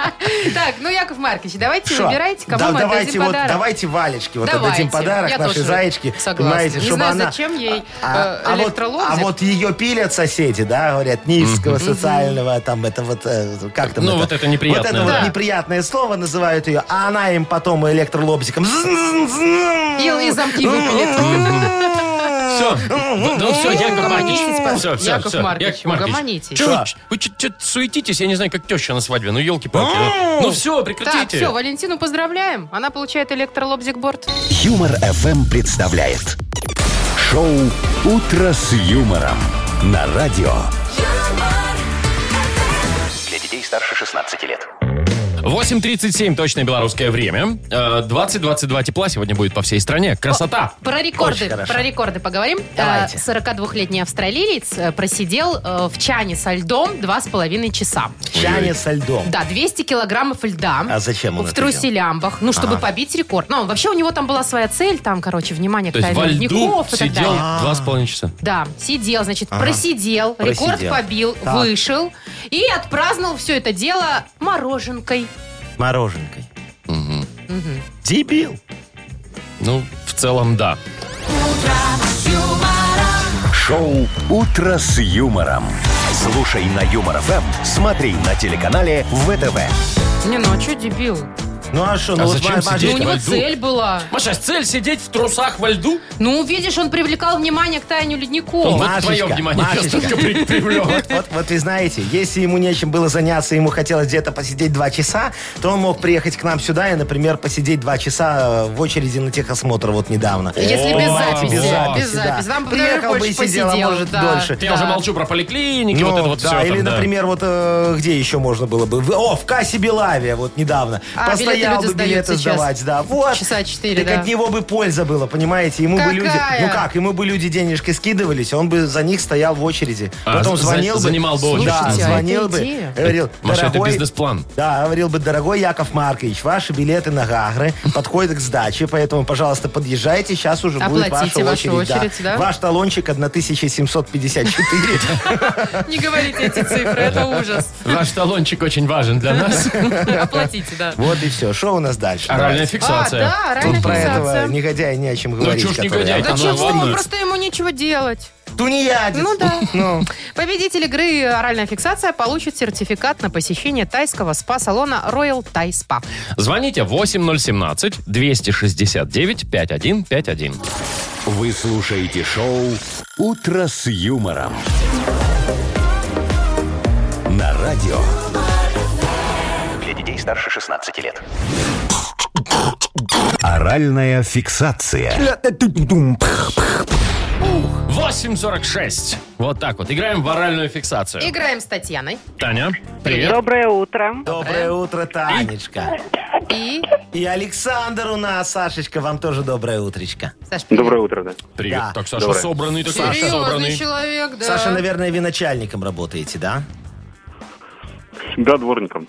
Так, ну, Яков Маркович, давайте Шо? выбирайте, Да, кому мы давайте отдадим вот, подарок. Давайте Валечке вот Давайте. отдадим подарок Я нашей тоже зайчике. согласна. Понимаете, Не чтобы знаю, она... зачем ей, э, а, вот, электролобзик. а вот ее пилят соседи, да, говорят, низкого социального, там, это вот, э, как там Ну, вот это неприятное. Вот это Да. вот неприятное слово называют ее, а она им потом электролобзиком... И- и замки выпилит. Все. Ну, все, Яков Угомонитесь, Маркович. пожалуйста. Все, все, Яков все. Маркович, Яков Маркович. угомонитесь. Чё вы Да. ч- Вы что суетитесь? Я не знаю, как теща на свадьбе. Ну, елки-палки. ну. Ну, все, прекратите. Так, все, Валентину поздравляем. Она получает электролобзик-борт. Юмор FM представляет шоу Утро с юмором на радио. Для детей старше 16 лет. 8.37 точное белорусское время. Э, 20-22 тепла сегодня будет по всей стране. Красота! Про рекорды, Очень хорошо. про рекорды поговорим. Давайте. Э, 42-летний австралиец э, просидел э, в чане со льдом два с половиной часа. Чане со льдом. Да, 200 килограммов льда. А зачем он В это трусе лямбах. Ну, чтобы Ага. побить рекорд. Ну, вообще у него там была своя цель. Там, короче, внимание, То есть во льду ледников и так сидел далее. два с половиной часа. Да, сидел, значит, просидел, рекорд Просидел. побил, Так. вышел и отпраздновал все это дело мороженкой. Мороженкой. Мгм. Дебил. Ну, в целом, да. Шоу «Утро с юмором». Слушай на Юмор ФМ, смотри на телеканале ВТВ. Не, ну а что дебил? Ну а что, ну А вот зачем Маш- сидеть? Ну, у Машечка, него во льду. цель была. Маша, цель сидеть в трусах во льду? Ну, видишь, он привлекал внимание к таянию ледников. вот Машечка, твое внимание Машечка. я только при- привлек. Вот, вот вы знаете, если ему нечем было заняться, ему хотелось где-то посидеть два часа, то он мог приехать к нам сюда и, например, посидеть два часа э, в очереди на техосмотр вот недавно. Если без О, записи. без записи, без да. записи. Нам бы, наверное, Приехал бы и больше сидел, а посидел, может, да. дольше. Я уже Да. молчу про поликлиники, вот Ну, это вот да, все. или, например, вот э, где еще можно было бы? В- О, в кассе Белавия вот недавно. А, билеты Постоял люди бы сдают билеты сейчас. сдавать, да. Вот. Часа четыре, Так да. от него бы польза была, понимаете? Ему бы люди... Какая? Ну как, ему бы люди денежки скидывались, он бы за них стоял в очереди. А, Потом за- звонил бы... занимал бы очередь. Да, Слушайте, а звонил это бы. Э, идея. Говорил, Маша, это дорогой- бизнес-план. Да, говорил бы, дорогой Яков Маркович, ваши билеты на Гагры подходят к сдаче, поэтому, пожалуйста, подъезжайте, сейчас уже будет ваша Оплатите вашу очередь. очередь, да? Ваш талончик 1754. Не говорите эти цифры, это ужас. Ваш талончик очень важен для нас. Оплатите, да. Вот и все. Что у нас дальше? Оральная фиксация. А, да, Тут реально про этого фиксация. негодяя не о чем говорить. Ну, чё ж который- негодяй? Да Там чего, ладно. ну, просто ему нечего делать. Тунеядец. Ну да. Ну. Победитель игры «Оральная фиксация» получит сертификат на посещение тайского спа-салона Royal Thai Spa. Звоните 8017-269-5151. Вы слушаете шоу «Утро с юмором». На радио Для детей старше 16 лет. «Оральная фиксация». 8.46. Вот так вот. Играем в оральную фиксацию. Играем с Татьяной. Таня, привет. Доброе утро. Доброе утро, Танечка. И, И Александр у нас, Сашечка, вам тоже доброе утречко. Саш, привет. Доброе утро, да. Привет. Да. Так, Саша, Доброе. собранный такой, Серьезный собранный. человек, да. Саша, наверное, вы начальником работаете, да? Да, дворником.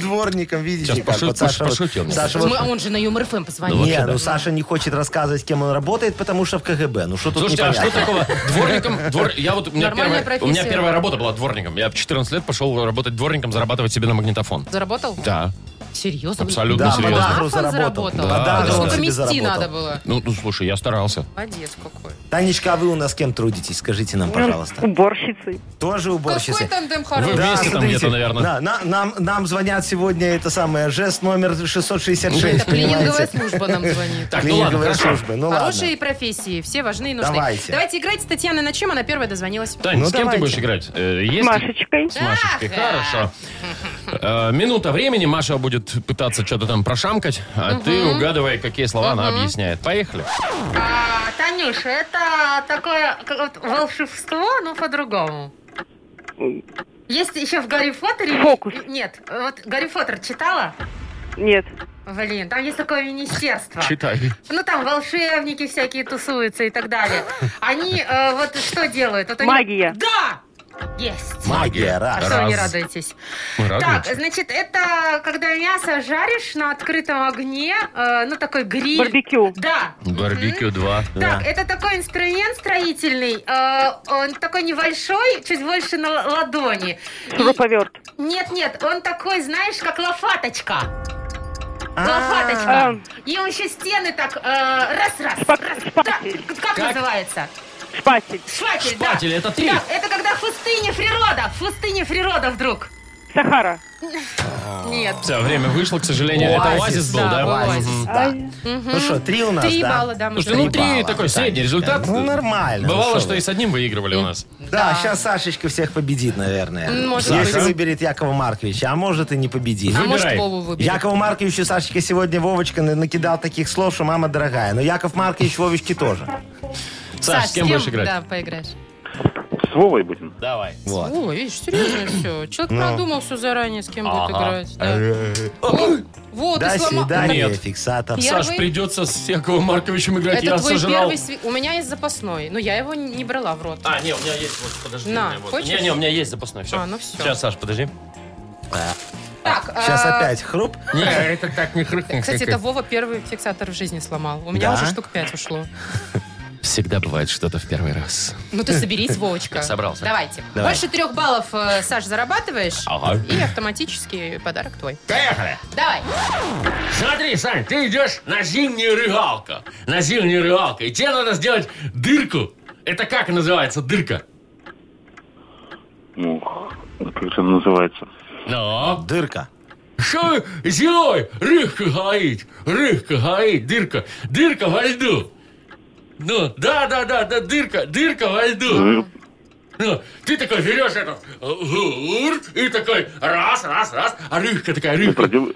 Дворником, видите, Сейчас как пошут- вот Саша вот- пошутил немного. Саша Мы- вот- а он же на Юмор ФМ позвонил. Не, ну Саша не хочет рассказывать, кем он работает, потому что в КГБ. Ну что тут Слушайте, а что непонятно? такого? Дворником... двор- Я вот, у меня, Нормальная первая, у меня профессия. первая работа была дворником. Я в 14 лет пошел работать дворником, зарабатывать себе на магнитофон. Заработал? Да. Серьезно? Абсолютно Да, серьезно. подагру Марафон заработал. заработал. Да, Подагру да. он Сколько себе мести заработал. надо было? Ну, ну, слушай, я старался. Молодец какой. Танечка, а вы у нас кем трудитесь? Скажите нам, пожалуйста. Уборщицей. Тоже уборщицы? Какой тандем Вы хороший. Да. вместе там где-то, наверное. да, на- нам, нам звонят сегодня, это самое, жест номер 666, Это клининговая понимаете? служба нам звонит. Так, ну ладно, Клининговая хорошо. служба, ну Хорошие профессии, все важны и нужны. Давайте. Давайте играть с Татьяной на чем, она первая дозвонилась. Тань, Ну, с кем ты давайте. будешь играть? Э, есть- Машечкой. С Машечкой. Хорошо. Э, Минута времени. Маша будет пытаться что-то там прошамкать, а ты угадывай, какие слова она объясник. Поехали. А, Танюша, это такое волшебство, но по-другому. Есть еще в Гарри Поттере... Фокус. Нет, вот Гарри Поттер читала? Нет. Блин, там есть такое министерство. Читай. Ну там волшебники всякие тусуются и так далее. Они э, вот что делают? Вот они- Магия. Да! Есть. Магия, А раз. что вы не Раз. радуетесь? Мы Так, радуемся. значит, это когда мясо жаришь на открытом огне, э, ну такой гриль. Барбекю. Да. Барбекю 2. Да. Так, это такой инструмент строительный, э, он такой небольшой, чуть больше на л- ладони. Шуруповерт. Нет-нет, он такой, знаешь, как лопаточка. А, Лопаточка. А, И он еще стены так э, раз-раз. Шпа- раз. шпатель. Да, как, называется? Шпатель. Шпатель, да. Шпатель, это ты. Да, это когда в пустыне природа, в пустыне природа вдруг. Сахара. Нет. Все, время вышло, к сожалению. Это оазис был, да, да? оазис. Мгм. Да. Ну что, три у нас, Три да? балла, да, мы Слушайте, ну же. три, балла, такой Танечка. средний результат. Ну, нормально. Ну, Бывало, шо что вы. и с одним выигрывали у нас. Да, сейчас Сашечка всех победит, наверное. М, может Если быть. выберет Якова Марковича, а может и не победит. А может, Выбирай. Вову выберет. Якову Марковичу Сашечка сегодня Вовочка на- накидал таких слов, что мама Ну, дорогая. Но Яков Маркович Вовочки тоже. Саш, с кем будешь играть? Да, поиграешь. С с Вовой будем. Давай. Вот. О, видишь, серьезно все. Человек Ну. продумал все заранее, с кем будет играть. да. Э. Вот, и До сломал. свидания, Нет. фиксатор. Я- Саш, Первый- придется с Яковом Марковичем играть. Это я твой сожрал. первый сви- У меня есть запасной, но я его не брала в рот. А, не, у меня есть, вот, подожди. На, у меня вот. хочешь? Не, не, у меня есть запасной, все. А, ну всё. Сейчас, Саш, подожди. Так, Сейчас а, опять хруп. Не, это так не хрыхнет. Кстати, это Вова первый фиксатор в жизни сломал. У меня Да? уже штук пять ушло. Всегда бывает что-то в первый раз. Ну ты соберись, Вовочка. Я собрался. Давайте. Давай. Больше трех баллов, э, Саш, зарабатываешь. Ага. И автоматически подарок твой. Поехали! Давай. Смотри, Сань, ты идешь на зимнюю рыгалку. На зимнюю рыгалку. И тебе надо сделать дырку. Это как называется дырка? Ну, как это называется? Ну, Дырка. что вы зимой? Рыбка горит, рыбка горит, дырка, дырка во льду. Ну, да, да, да, да, дырка, дырка во льду. Э, Ну, ты такой берешь этот э, гур и такой раз, раз, раз, а рыбка такая, рыбка. против-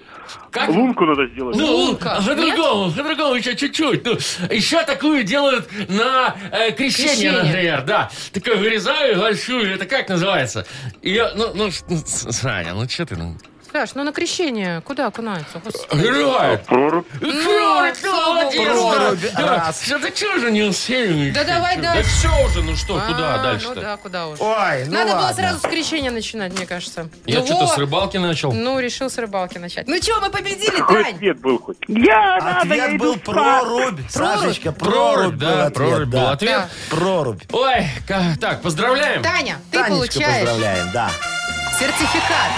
Как? Ну, Лунку надо сделать. Ну, Лунка. по-другому, по-другому еще чуть-чуть. Ну, еще такую делают на э, крещение, Крещение. например, да. Такую вырезаю большую, это как называется? Ее, ну, ну, с- ну, с- Саня, ну что ты? Ну, Саш, ну на крещение куда окунается? Господи. Гребает. Прорубь. Кролик, Ну, слава богу. молодец! Прорубь, да. раз. Да ты что же не ну успели? Да давай Да дальше. все уже, ну что, А, куда Ну дальше-то? да, куда уже. Ой, ну Надо было ладно. сразу с крещения начинать, мне кажется. Я Ну, что-то Вова, с рыбалки начал. Ну, решил с рыбалки начать. Ну что, мы победили, Какой Тань? ответ был хоть? Я надо, я Ответ иду был в спа. прорубь. Сашечка, прорубь был да, ответ. прорубь был да. ответ. Прорубь. Ой, ка- так, поздравляем. Таня, ты Танечка, получаешь поздравляем, да. сертификат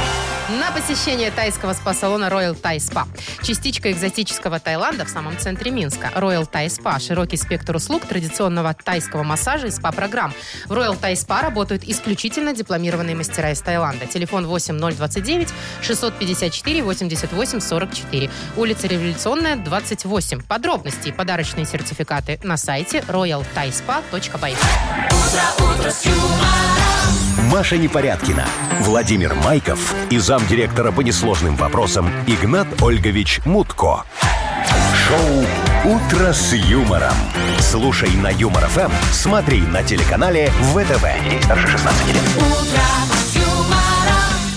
на посещение тайского спа-салона Royal Thai Spa. Частичка экзотического Таиланда в самом центре Минска. Royal Thai Spa – широкий спектр услуг традиционного тайского массажа и спа-программ. В Royal Thai Spa работают исключительно дипломированные мастера из Таиланда. Телефон 8029 654 88 44. Улица Революционная, 28. Подробности и подарочные сертификаты на сайте royalthaispa.by. Маша Непорядкина, Владимир Майков и замдиректора по несложным вопросам Игнат Ольгович Мутко. Шоу «Утро с юмором». Слушай на Юмор ФМ, смотри на телеканале ВТВ. Ей старше 16 лет.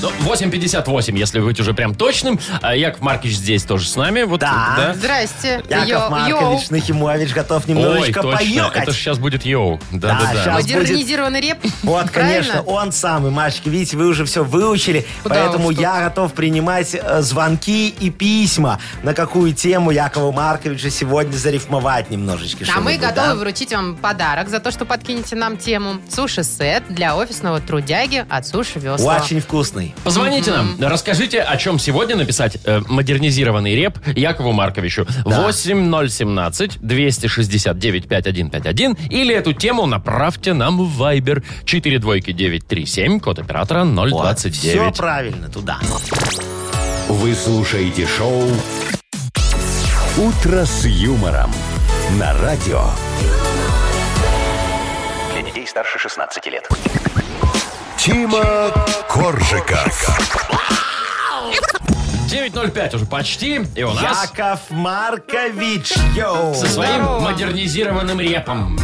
Ну, 8.58, если быть уже прям точным. А Яков Маркич здесь тоже с нами. Вот, Да. Здрасте. Яков Йо- йоу. Маркович Нахимович готов Ой, немножечко точно. поёкать. Это сейчас будет йоу. Да, Да, да, да. щас. будет- Модернизированный реп. Вот, конечно, Правильно? он самый, Машечки. Видите, вы уже все выучили, Куда поэтому уж тут. я готов принимать э, звонки и письма, на какую тему Якова Марковича сегодня зарифмовать немножечко. А мы что-нибудь, готовы да? вручить вам подарок за то, что подкинете нам тему. Суши-сет для офисного трудяги от Суши Весла. Очень вкусный. Позвоните нам, расскажите, о чем сегодня написать э, модернизированный реп Якову Марковичу. 8017-269-5151 или эту тему направьте нам в Viber 42937, код оператора Все 029. правильно, туда. Вы слушаете шоу «Утро с юмором» на радио. Для детей старше 16 лет. Тима Коржика. 9.05 уже почти, и у нас Яков Маркович, йоу. со своим модернизированным репом.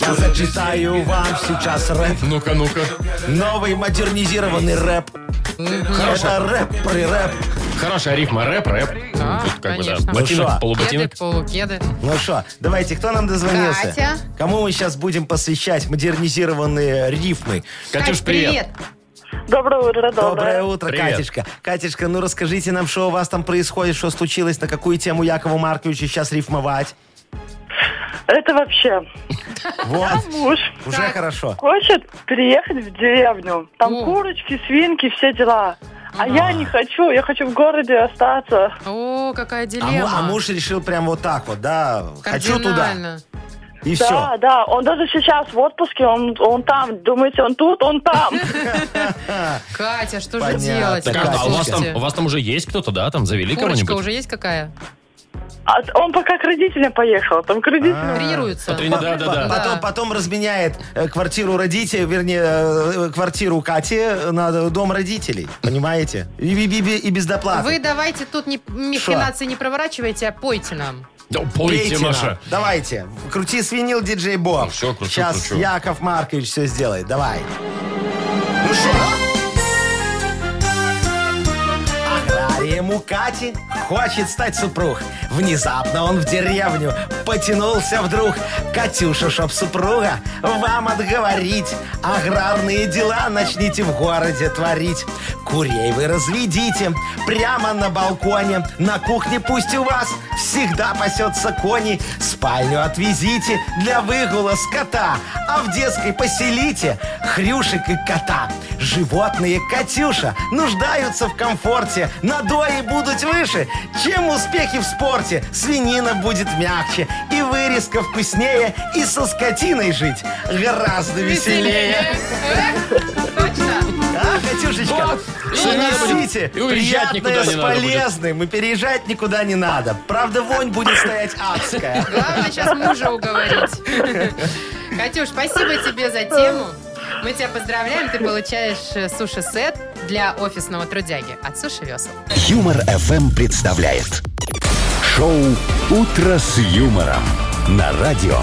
Я зачитаю вам сейчас рэп. Ну-ка, ну-ка. Новый модернизированный рэп. Это рэп при рэп. Хорошая рифма, рэп, рэп. Да, Тут как бы, да, А, конечно. Ну ботинок, что? Кеды, полуботинок. полукеды. Ну что, давайте, кто нам дозвонился? Катя. Кому мы сейчас будем посвящать модернизированные рифмы? Катюш, Кать, привет. Доброе Доброе утро, доброе. утро, Привет. Катечка. Катечка, ну расскажите нам, что у вас там происходит, что случилось, на какую тему Якову Марковичу сейчас рифмовать. Это вообще Вот, муж уже хорошо. хочет переехать в деревню. Там О. курочки, свинки, все дела. А я не хочу, я хочу в городе остаться. О, какая А, му- дилемма. а муж решил прям вот так вот, да, хочу туда, Кардинально. и Да, все. да, он даже сейчас в отпуске, он, он там, думаете, он тут, он там. Катя, что Понятно, же делать? Катя, Как, а у вас, Слушайте, там, у вас там уже есть кто-то, да? Там завели Курочка кого-нибудь? уже есть какая? А он пока к родителям поехал, там к родителям. Тренируется. Потрени- Да, да, да. По- Потом, Да. потом разменяет э, квартиру родителей, вернее, э, квартиру Кати на дом родителей, понимаете? И, и- и- и без доплаты. Вы давайте тут не, махинации не проворачивайте, а пойте нам. Да пойте, Пейте нам. Маша. Давайте. Крути свинил, диджей Боб. Ну всё, кручу, Сейчас кручу. Яков Маркович все сделает. Давай. Ну что? Аграрием у Кати хочет стать супруг. Внезапно он в деревню потянулся вдруг. Катюша, чтоб супруга вам отговорить. Аграрные дела начните в городе творить. Курей вы разведите прямо на балконе. На кухне пусть у вас всегда пасется кони. Спальню отвезите для выгула скота. А в детской поселите хрюшек и кота. Животные Катюша нуждаются в комфорте. Надои будут выше, чем успехи в спорте. Свинина будет мягче и вырезка вкуснее. И со скотиной жить гораздо веселее. Точно. А, Катюшечка, Вот. И надо будет совмесите и уезжать никуда приятное не с надо будет. полезным. И переезжать никуда не надо. Правда, вонь будет стоять адская. Главное сейчас мужа уговорить. Катюш, спасибо тебе за тему. Мы тебя поздравляем. Ты получаешь э, суши-сет для офисного трудяги от Суши Весел. Юмор FM представляет шоу Утро с юмором на радио.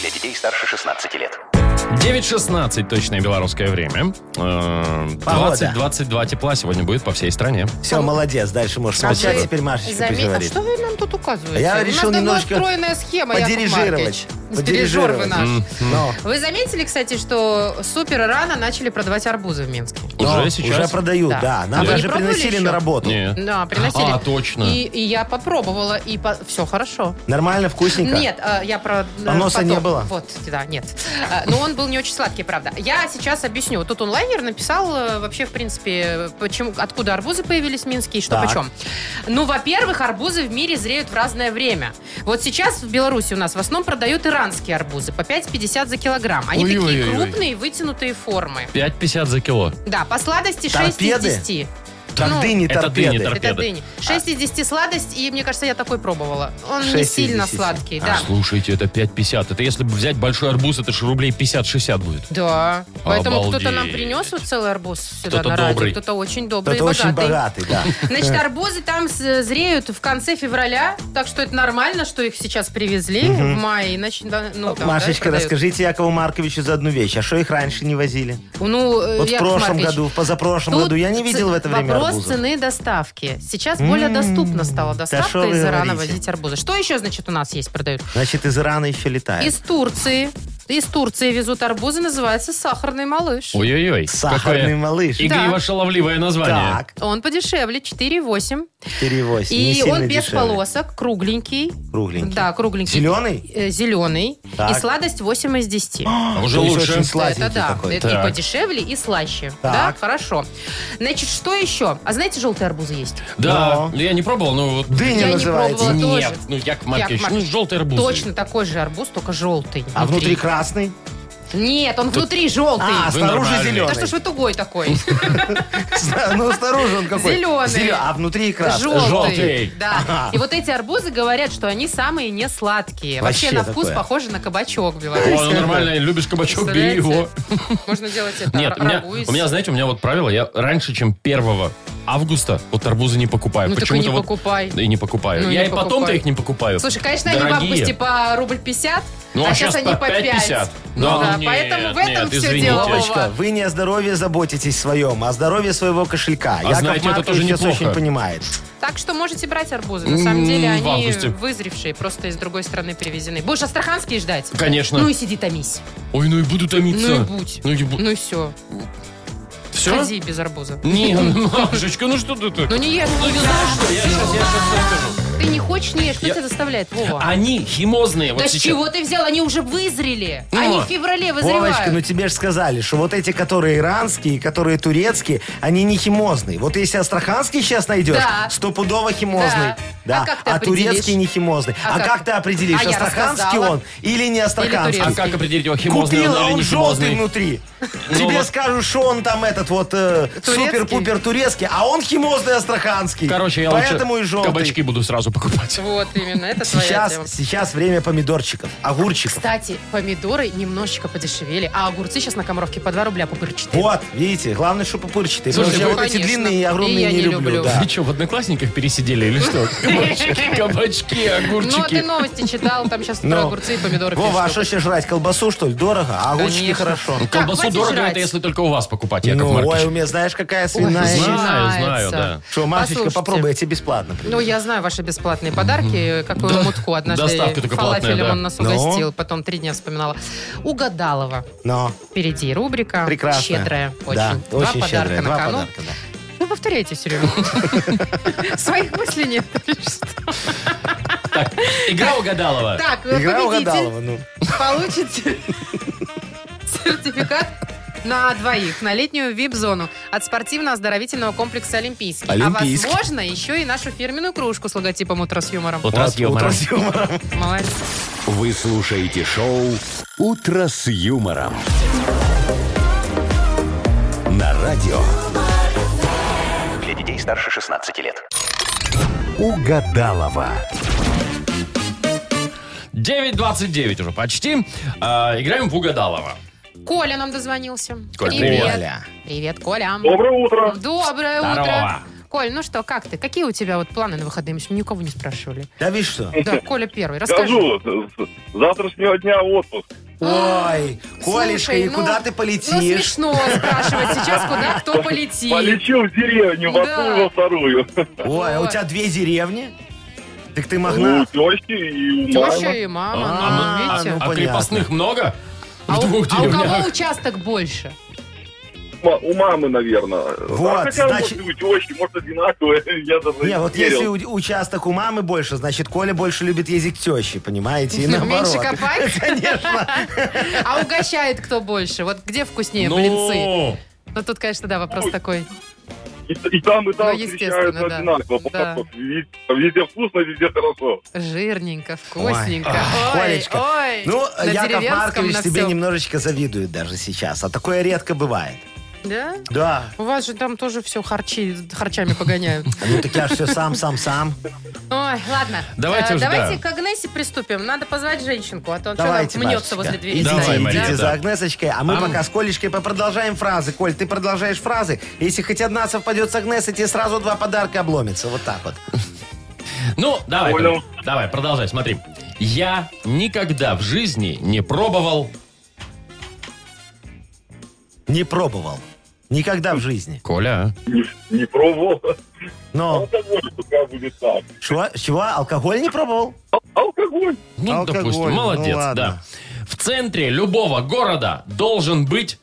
Для детей старше 16 лет. 9.16 точное белорусское время. Э, 20-22 тепла сегодня будет по всей стране. Все, молодец. Дальше можешь А молчать. вы Теперь Машечка заме- А поговорит. что вы нам тут указываете? Я решил У нас давно немножечко стройная схема, Яков подирижировать. Маркович. Дирижер вы Подирижировать. наш. Но. Вы заметили, кстати, что супер рано начали продавать арбузы в Минске? Уже Но сейчас? Ну, Уже продают, Да. да. Нам Вы не даже пробовали приносили еще? на работу. Не. Да, приносили. А, точно. И, и я попробовала, и все хорошо. Нормально, вкусненько? Нет, э, я про... Поноса потом. не было? Вот, да, нет. Э, Но он был не очень сладкий, правда. Я сейчас объясню. Вот Тут онлайнер написал э, вообще, в принципе, почему, откуда арбузы появились в Минске и что Так. почем. Ну, во-первых, арбузы в мире зреют в разное время. Вот сейчас в Беларуси у нас в основном продают иранские арбузы по 5,50 за килограмм. Они такие Ой-ой-ой-ой. крупные, вытянутые формы. 5,50 за кило. Да, по сладости 6 Торпеды? из 10. Как Ну, дыни, это торпеды. дыни, торпеды. Это дыни. 6 из 10 сладость, и мне кажется, я такой пробовала. Он не 6 из сильно 10. сладкий, да. Слушайте, это 5,50. Это если бы взять большой арбуз, это же рублей 50-60 будет. Да. Поэтому кто-то нам Обалдеть. принес вот целый арбуз сюда Кто-то на радио. добрый. Кто-то очень добрый Кто-то и очень богатый. богатый, да. Значит, арбузы там с- зреют в конце февраля, так что это нормально, что их сейчас привезли в мае. Иначе, да, ну, там, да, Машечка, продают. расскажите Якову Марковичу за одну вещь. А что их раньше не возили? Ну, э, Вот в Яков прошлом Маркович, году, в позапрошлом тут году. Я не видел в это ц- Вопрос время арбузов. М-м-м, цены доставки. Сейчас более доступна стала шо доставка вы из-за рано говорите? возить арбузы. Что еще, значит, у нас есть продают? Значит, из Ирана еще летает. Из Турции. Из Турции везут арбузы, называется сахарный малыш. Ой-ой-ой. Сахарный какое малыш. Игриво-шаловливое название. Так, Он подешевле, 4,8. 4,8. не И сильно он без дешевле. полосок, кругленький. Кругленький. Да, кругленький. Зеленый? Э, Зеленый. Так. И сладость 8 из 10. А Уже То есть лучше. очень сладенький это да, такой. это и Так. подешевле, и слаще. Да, Так. хорошо. Значит, что еще? А знаете, желтые арбузы есть? Да, ну, я не пробовал, но вот... Дыня Я не называется. пробовала. тоже. Нет, ну Яков Маркович, Яков Маркович, ну желтый арбуз. Точно такой же арбуз, только желтый. А внутри красный? Нет, он внутри желтый. А, Вы снаружи нормальный. да зеленый. что ж вы тугой такой? Ну, снаружи он какой? Зелёный. Зелё- А внутри и красный. Желтый. Желтый. Да. И вот эти арбузы говорят, что они самые не сладкие. Вообще, Вообще на вкус такое. похожи на кабачок О, белорусский. ну нормально, любишь кабачок, бери Представляете? его. Можно делать это Нет, у меня, рагу из- у меня, знаете, у меня вот правило, я раньше, чем 1 августа, вот арбузы не покупаю. Ну так и Почему-то не вот... покупай. Да и не покупаю. Ну, я не и потом-то покупай. их не покупаю. Слушай, конечно, Дорогие. они в августе по рубль 50, Ну, а а щас сейчас они по по 5. 5,50. Ну, Да, да, ну, поэтому нет, в этом нет, все извините. дело, Вовочка, Вова. вы не о здоровье заботитесь своем, а о здоровье своего кошелька. Яков знаете, А это Маркович тоже нас неплохо. очень понимает. Так что можете брать арбузы. На самом деле М, в они августе. вызревшие, просто из другой страны привезены. Будешь астраханские ждать? Конечно. Ну и сиди томись. Ой, ну и буду томиться. Ну и будь. Ну и бу- Ну и все. Все? Ходи без арбуза. Не, ну, Машечка, ну что ты так? Ну не ешь. Ну не да. знаю, что, я сейчас, я сейчас скажу. Ты не хочешь, не ешь. Кто Я- тебя заставляет, Вова? Они химозные вот да с сейчас. чего ты взял? Они уже вызрели. Ну. Они в феврале вызревают. Вовочка, ну тебе же сказали, что вот эти, которые иранские, которые турецкие, они не химозные. Вот если астраханский сейчас найдешь, Да. стопудово химозный. Да. А как ты определишь? турецкий не химозный. А А, как? как? ты определишь, А я астраханский рассказала. он или не астраханский? А турецкий? как определить его химозный Купила, он или а он не желтый химозный? внутри. Ну Тебе вот. скажут, что он там этот вот э, Турецкий? супер-пупер турецкий, а он химозный астраханский. Короче, я Поэтому и лучше желтый. кабачки буду сразу покупать. Вот именно, это твоя ну, Сейчас, тема. сейчас время помидорчиков, огурчиков. Кстати, помидоры немножечко подешевели, а огурцы сейчас на комаровке по 2 рубля по 4. Вот, видите, главное, что пупырчатые. Потому Слушай, что я вы- вот эти Конечно. длинные и И я огромные не не люблю. люблю. да. Вы что, в одноклассниках пересидели или что? Кабачки, кабачки, Ну, а ты огурчики. новости читал, там сейчас про Ну. огурцы и помидоры Вова, а пишут. что сейчас жрать? Колбасу, что ли? Дорого? А огурчики Конечно. хорошо. Как, Колбасу хватит дорого, жрать? это если только у вас покупать, Яков Ну, ой, Маркович. у меня знаешь, какая Ой, свиная Знаю, есть? знаю, начинается. да. Что, Машечка, Послушайте. попробуй, я тебе бесплатно приду. Ну, я знаю ваши бесплатные подарки, какую мутку однажды доставка только платная, фалафелем да. он нас Ну? угостил, потом три дня вспоминала. Угадалова. Но, Впереди рубрика. прекрасно. Щедрая очень. Да, Два очень подарка щедрая. на Два кону. подарка, да. Вы повторяете все время. Ну, Своих мыслей нет. Игра угадалова. Так, победитель Игра угадалова, ну. получит сертификат на двоих на летнюю вип-зону от спортивно-оздоровительного комплекса «Олимпийский». Олимпийский. А возможно, еще и нашу фирменную кружку с логотипом «Утро с юмором». Вот раз Вот утро юмором. с юмором. Молодец. Вы слушаете шоу «Утро с юмором». На радио Для детей старше 16 лет. «Угадалова». 9.29 уже почти. А, играем в угадалова. Коля нам дозвонился. Коль, Оля. Привет, Коля. Доброе утро. Доброе Здорово. утро. Коль, ну что, как ты? Какие у тебя вот планы на выходные? Мы еще ни у кого не спрашивали. Да видишь что? Да, Коля первый. Расскажи. Скажу, с- с завтрашнего дня отпуск. Ой, Колечка, Слушай, и ну, куда ты Ну, полетишь? смешно спрашивать сейчас, куда кто полетит. Полечу в деревню, в одну Да. и во вторую. Ой, а у тебя две деревни? Так ты У магнат. тещи и у Теща мамы. и мама. А, ну, видите? ну, А понятно. крепостных много? А в у, двух а у деревнях. кого участок больше? Ма- У мамы, наверное. Вот, а какая значит- может быть у тещи? Может, одинаковая? Я даже Не, вот если верил. у- участок у мамы больше, значит, Коля больше любит ездить к теще, понимаете? И Меньше наоборот. копать? Конечно. А угощает кто больше? Вот где вкуснее Ну, блинцы? Ну, тут, конечно, да, вопрос Ой. такой. И, и там, Ну, и там естественно, встречаются да. одинаково. Да. Потому что Везде, везде вкусно, везде хорошо. Жирненько, вкусненько. Ой, Ой, Колечка, ой. Ну, На Яков деревенском Маркович на тебе всём. немножечко завидует даже сейчас. А такое редко бывает. Да? Да. У вас же там тоже все харчи, харчами погоняют. Ну так я же все сам, сам, сам. Ой, ладно. Давайте Э, уже, давайте да. к Агнесе приступим. Надо позвать женщинку, а то он Давайте, что там мнется Машечка. возле двери. Идите, Давай, стоит, Мария, идите да. за Агнесочкой, а мы Ам. пока с Колечкой попродолжаем фразы. Коль, ты продолжаешь фразы. Если хоть одна совпадет с Агнесой, тебе сразу два подарка обломится. Вот так вот. Ну, давай. Понял. Давай, продолжай, смотри. Я никогда в жизни не пробовал... Не пробовал. Никогда в жизни. Коля, Не, не пробовал. Но Алкоголь пока будет так. чего, чего? Алкоголь не пробовал? Ал- алкоголь. Ну, Алкоголь, допустим, ну молодец, ладно. да. В центре любого города должен быть...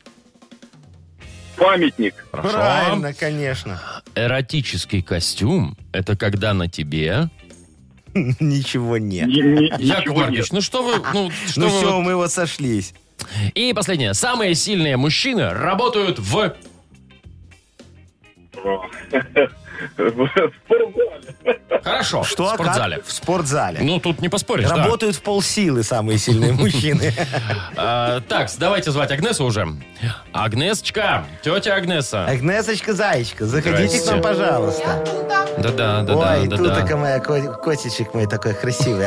Памятник. Хорошо. Правильно, конечно. Эротический костюм – это когда на тебе... Ничего нет. Ни- ни- Яков ничего нет. Маркович, ну что вы... Ну, что Ну вы все, мы вот сошлись. вот- И последнее. Самые сильные мужчины работают в... В спортзале. Хорошо, Что, в а спортзале. как? В спортзале. Ну, тут не поспоришь, да. Работают в полсилы самые сильные мужчины. А, так, давайте звать Агнесу уже. Агнесочка, тетя Э, Агнеса. Агнесочка, зайчика, заходите к Здрасте. нам, пожалуйста. Да-да, да-да, Ой, да-да. тутака моя, ко- котичек мой такой красивый,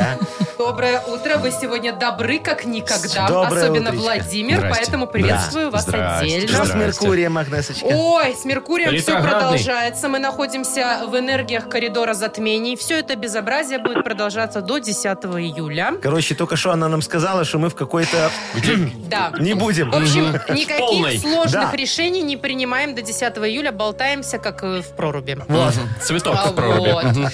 а? Доброе утро. Вы сегодня добры, как никогда. Доброе Особенно утречко. Владимир, Здрасте. поэтому приветствую Да. вас Здрасте. Что отдельно. с Здрасте. Меркурием, Агнесочка? Ой, с Меркурием все Ретроградный. продолжается. Мы находимся в энергиях коридора затмений. Все это безобразие будет продолжаться до 10 июля. Короче, только что она нам сказала, что мы в какой-то... Да. Не будем. В общем, Полной. никаких сложных Да. решений не принимаем до 10 июля. Болтаемся, как э, в проруби. Вот. Цветок А в проруби. вот. Мгм.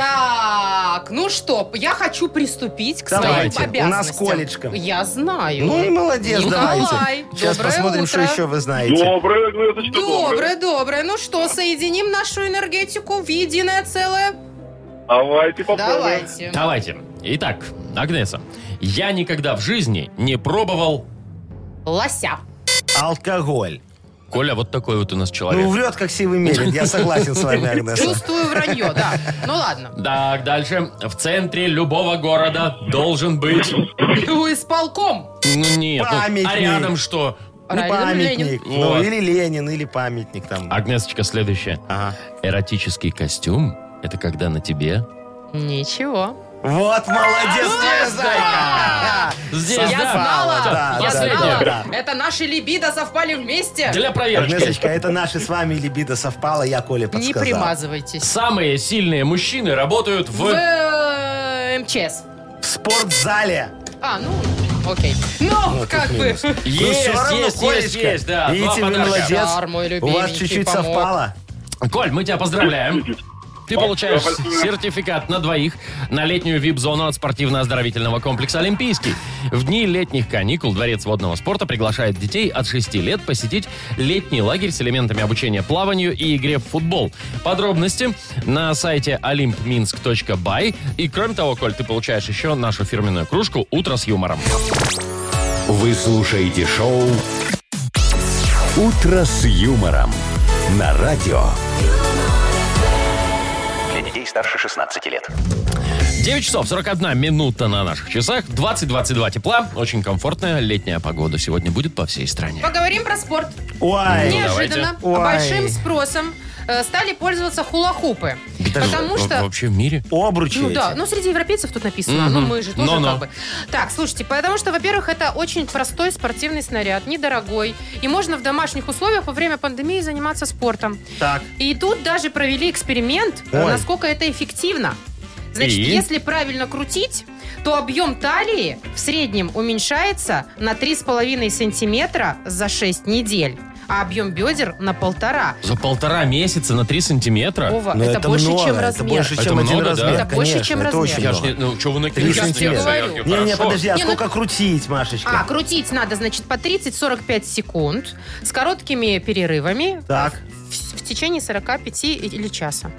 Так, ну что, я хочу приступить к Давайте. своим У нас обязанностям. колечко. Я знаю. Ну и молодец, Николай, давайте. Сейчас доброе посмотрим, что утро. еще вы знаете. Доброе, ну, Агнесочка, Доброе, доброе. Ну что, соединим нашу энергетику в единое целое? Давайте попробуем. Давайте. Давайте. Итак, Агнеса, я никогда в жизни не пробовал... Лося. Алкоголь. Коля, вот такой вот у нас Ну, человек. врет, как сивый мерин. Я согласен с вами, Агнеса. Чувствую вранье, да. Ну ладно. Так, дальше. В центре любого города должен быть... Ну, исполком. Ну нет, ну, Памятник. а рядом что? Ну, Правильно, Ленин. памятник. Ну, Вот. А- или Ленин, или памятник там. Агнесочка, следующее. Ага. Эротический костюм – это когда на тебе... Ничего. Вот, молодец, Лиза! Здесь, Я да? знала! Да, я да, знала! да. Это наши либидо совпали вместе! Для проверки. Агнесочка, это наши с вами либидо совпало, я Коле Не подсказал. примазывайтесь. Самые сильные мужчины работают В в... э, МЧС. В спортзале. А, ну, окей. Ну, Вот как и бы. минус. Ну, Есть, все равно, есть, есть, Колечка, есть, да. два Видите, вы подарка. молодец. Шар мой У вас любименький чуть-чуть помог. совпало. Коль, мы тебя поздравляем. Ты получаешь сертификат на двоих на летнюю вип-зону от спортивно-оздоровительного комплекса «Олимпийский». В дни летних каникул Дворец водного спорта приглашает детей от 6 лет посетить летний лагерь с элементами обучения плаванию и игре в футбол. Подробности на сайте olympminsk.by. И кроме того, Коль, ты получаешь еще нашу фирменную кружку «Утро с юмором». Вы слушаете шоу «Утро с юмором» на радио. Для детей старше 16 лет. 9 часов 41 минута на наших часах. 20-22 тепла. Очень комфортная летняя погода сегодня будет по всей стране. Поговорим про спорт. Ой. Неожиданно Ну, давайте. Ой. большим спросом э, стали пользоваться хула-хупы. Потому Во- что... Вообще в мире? Обручи Ну да, эти. ну среди европейцев тут написано, ну мы же тоже Но-но. как бы. Так, слушайте, потому что, во-первых, это очень простой спортивный снаряд, недорогой, и можно в домашних условиях во время пандемии заниматься спортом. Так. И тут даже провели эксперимент, э, Ой. насколько это эффективно. Значит, И? если правильно крутить, то объем талии в среднем уменьшается на 3,5 сантиметра за 6 недель, а объем бедер на полтора. За полтора месяца на 3 сантиметра? Вова, Но это, больше, много, чем Ну, Это размер. больше, Это чем один много, да? размер, Это больше, конечно, чем это размер. очень Я ж много. не... Ну, что вы Три накидаете? сантиметра. Не, Не, не, подожди, а Не, ну- сколько крутить, А, Машечка? крутить надо, значит, по 30-45 секунд с короткими перерывами Так, в, в течение 45 и- или часа.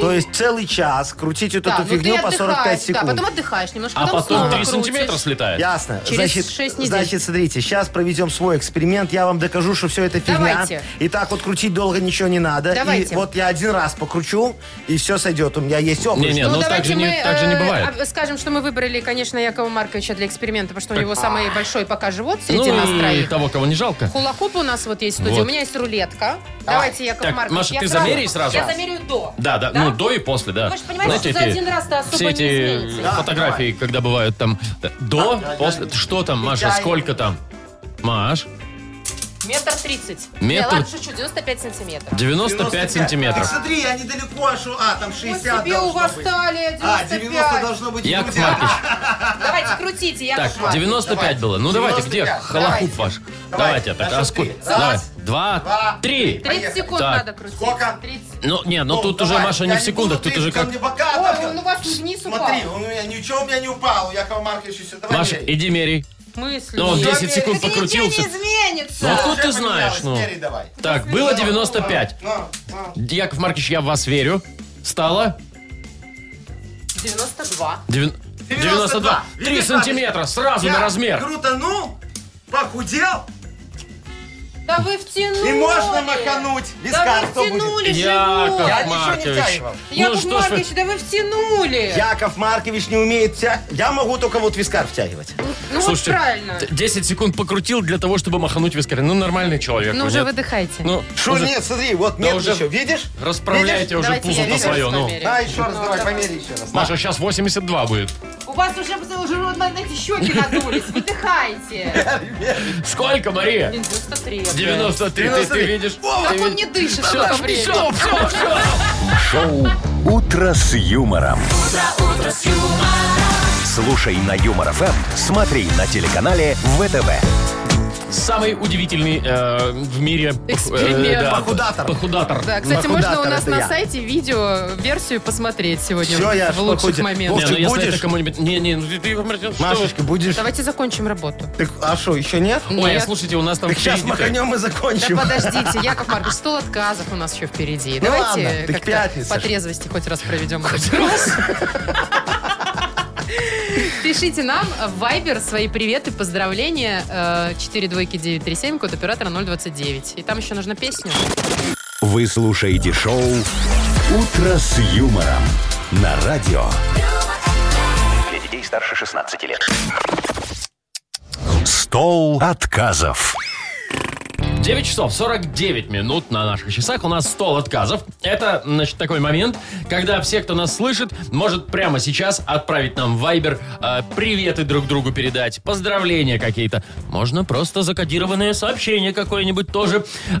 то есть целый час крутить вот эту ну ты фигню по отдыхаешь, 45 Да, секунд. потом отдыхаешь немножко, А потом снова 3 крутишь. сантиметра слетает? Ясно. Через значит, шесть недель. значит, смотрите, сейчас проведем свой эксперимент. Я вам докажу, что все это фигня. Давайте. И так вот крутить долго ничего не надо. Давайте. И вот я один раз покручу, и все сойдет. У меня есть опыт. Не-не, ну, так, же не, так же не э, бывает. об- скажем, что мы выбрали, конечно, Якова Марковича для эксперимента, потому что у него самый большой пока живот среди нас Ну и троих. того, кого не жалко. Хулахуп у нас вот есть в студии. Вот. А, У меня есть рулетка. Давайте, Яков Так, Маркович. Маша, я ты замеряй сразу. Я замерю до. Да, да, ну до и после, да. Вы же понимаете, Знаете, что за эти- один раз-то особо все не эти измените. э, фотографии, когда бывают там э, до, Да, да, после, да. что там, Маша, Чай. сколько там? Маш, Метр тридцать. Метр- Не, ладно, шучу, 95 сантиметров. 95 Так сантиметров. смотри, я недалеко, а шо- а, там Вот 60 тебе у должно вас быть. талия А, 90 95. должно быть. Яков Друзья, Маркович, Давайте крутите, я Так, 95 было. Ну давайте, где 95? халахуп Давайте. ваш? Давайте. Давайте, так, На а счет три. сколько? Давай. Раз, Два, два, три. 30 секунд Так. надо крутить. Сколько? 30. Ну, не, ну Ну, тут давай, уже, Маша, не я в секундах, буду, тут ты уже ко как... мне бока, Ой, там- А, он у вас вниз упал. Смотри, он у меня ничего у меня не упало. У Якова Марковича все. Давай. Маша, бей. иди мерей. Мысли. Ну, он нет. 10 секунд Так ничего покрутился. не изменится. Ну, откуда Уже ты знаешь, поменялось, ну? Бери давай. Так, было 95. Ну, ну. Яков Маркович, я в вас верю. Стало 92. девя- 92. 3 Видишь, сантиметра, сразу Я на размер. Крутанул, похудел Да вы втянули. и можно махануть. Да Виска, вы кто будет? втянули Яков живот. Я ничего не Маркович. тягивал. Ну Яков что ж вы... Маркович, да вы втянули. Яков Маркович не умеет втягивать. Я могу только вот вискар втягивать. Ну вот Слушайте, правильно. д- 10 секунд покрутил для того, чтобы махануть вискарь. Ну, нормальный человек. Ну вы уже нет? выдыхайте. Ну, Что уже нет, смотри, вот нет уже- еще. Видишь? Расправляйте уже Давайте я пузо-то еще свое. раз Ну. померяю. Да, еще раз Ну, давай, давай. помери еще раз. Маша, сейчас 82 будет. У вас уже, уже вот эти щеки надулись. Выдыхайте. Сколько, Мария? 93. 93, ты, ты видишь? Так он не дышит Всё, столько времени. всё, всё, всё. Шоу «Утро с юмором». Слушай на Юмор ФМ, смотри на телеканале ВТВ. Самый удивительный э, в мире э, Эксперимент. да, Похудатор. Похудатор. Да, кстати, Похудатор, можно у нас это на я. сайте видео версию посмотреть сегодня Всё, я в лучших похудел. Не, моментах. Вов, ну ты если это будешь? кому-нибудь... Не, не, ну ты, ты, Мартин, что вы? Машечка, будешь... Давайте закончим работу. Так, а что, еще нет? Ой, а Нет. слушайте, у нас там Так сейчас впереди-то- маханем и Да закончим. подождите, Яков Маркович, стол отказов у нас еще впереди. Давайте Ну ладно, так как-то пятница по ж. трезвости хоть раз проведем этот раз. Пишите нам в Viber свои приветы, поздравления. э, 4 двойки 937, код оператора 029. И там еще нужна песню. Вы слушаете шоу «Утро с юмором» на радио. Для детей старше 16 лет. Стол отказов. 9 часов 49 минут на наших часах. У нас стол отказов. Это, значит, такой момент, когда все, кто нас слышит, может прямо сейчас отправить нам в Viber э, приветы друг другу передать, поздравления какие-то. Можно просто закодированное сообщение какое-нибудь тоже. Э,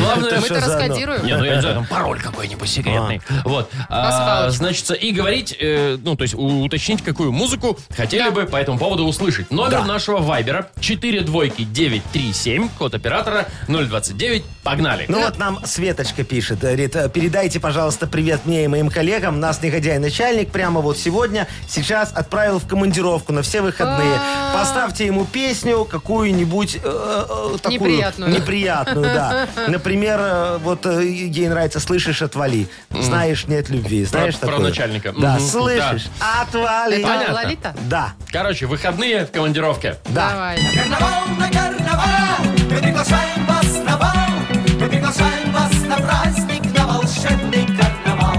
главное... Мы что это за оно? раскодируем. Не, ну я не знаю, там пароль какой-нибудь секретный. Вот. А, палочка. значит, и говорить, э, ну, то есть у- уточнить, какую музыку хотели бы по этому поводу услышать. Номер Да. нашего вайбера 4 двойки 937, код оператора 029. Погнали. Ну вот нам Светочка пишет, говорит, э, передайте, пожалуйста, привет мне и моим коллегам. Нас негодяй-начальник прямо вот сегодня, сейчас отправил в командировку на все выходные. Поставьте ему песню какую-нибудь э, э, такую... Неприятную. Неприятную, да. Например, э, вот э, ей нравится «Слышишь, отвали». Знаешь, нет любви. Знаешь про такую? начальника. Да, Мгм. слышишь, отвали. Это Понятно. Лолита? Да, Короче, выходные в командировке. да. Давай. Карнавал на карнавал, мы приглашаем вас на бал, мы приглашаем вас на праздник, на волшебный карнавал.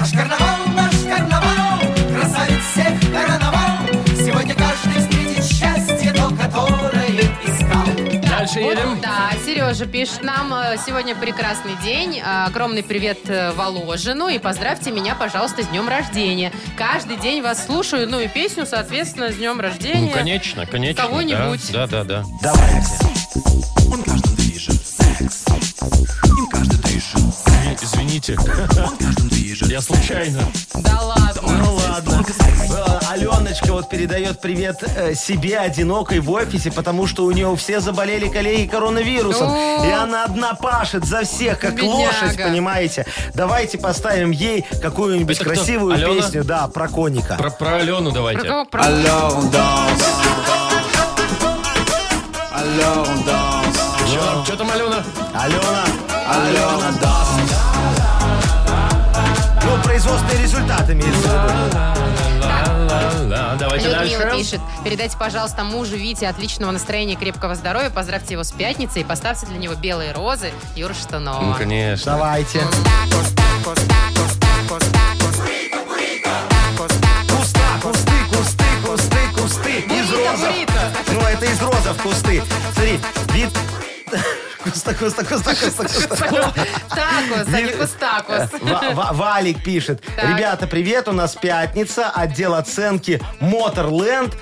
Наш карнавал, наш карнавал, красавец всех короновал. Сегодня каждый встретит счастье, то, которое искал. Дальше Вот, едем. да, Сережа пишет нам, э, сегодня прекрасный день, э, огромный привет э, Воложину и поздравьте меня, пожалуйста, с днем рождения. Каждый день вас слушаю, ну и песню, соответственно, с днем рождения. Ну, конечно, конечно. Кого-нибудь. Да, да, да. да. Давайте. Он каждым движет, секс. Им каждый дышит, Извините, он каждым движет. я случайно. Да ладно. Ну ладно. Э, Аленочка вот передает привет э, себе одинокой в офисе, потому что у нее все заболели коллеги коронавирусом. О. И она одна пашет за всех, как Бедняга. лошадь, понимаете? Давайте поставим ей какую-нибудь Это кто? красивую Алена? песню, да, про коника. Про, про Алену Про давайте. кого? Про- Что там, Алена? Алена, Алена, да. Ну, производственные результаты имеется в виду. Ла-ла-ла. Давайте Людмила дальше. пишет, передайте, пожалуйста, мужу Вите отличного настроения и крепкого здоровья, поздравьте его с пятницей и поставьте для него белые розы Юра Штанова. Ну, конечно. Давайте. Куста, кусты, кусты, кусты, кусты. Бурито, Из розов. бурито. Ну, это из розов кусты. Смотри, вид... Куста, куста, куста, куста, куста. Такос, а не кустакос. Ва- Ва- Валик пишет. Так. Ребята, привет, у нас пятница, отдел оценки Моторленд.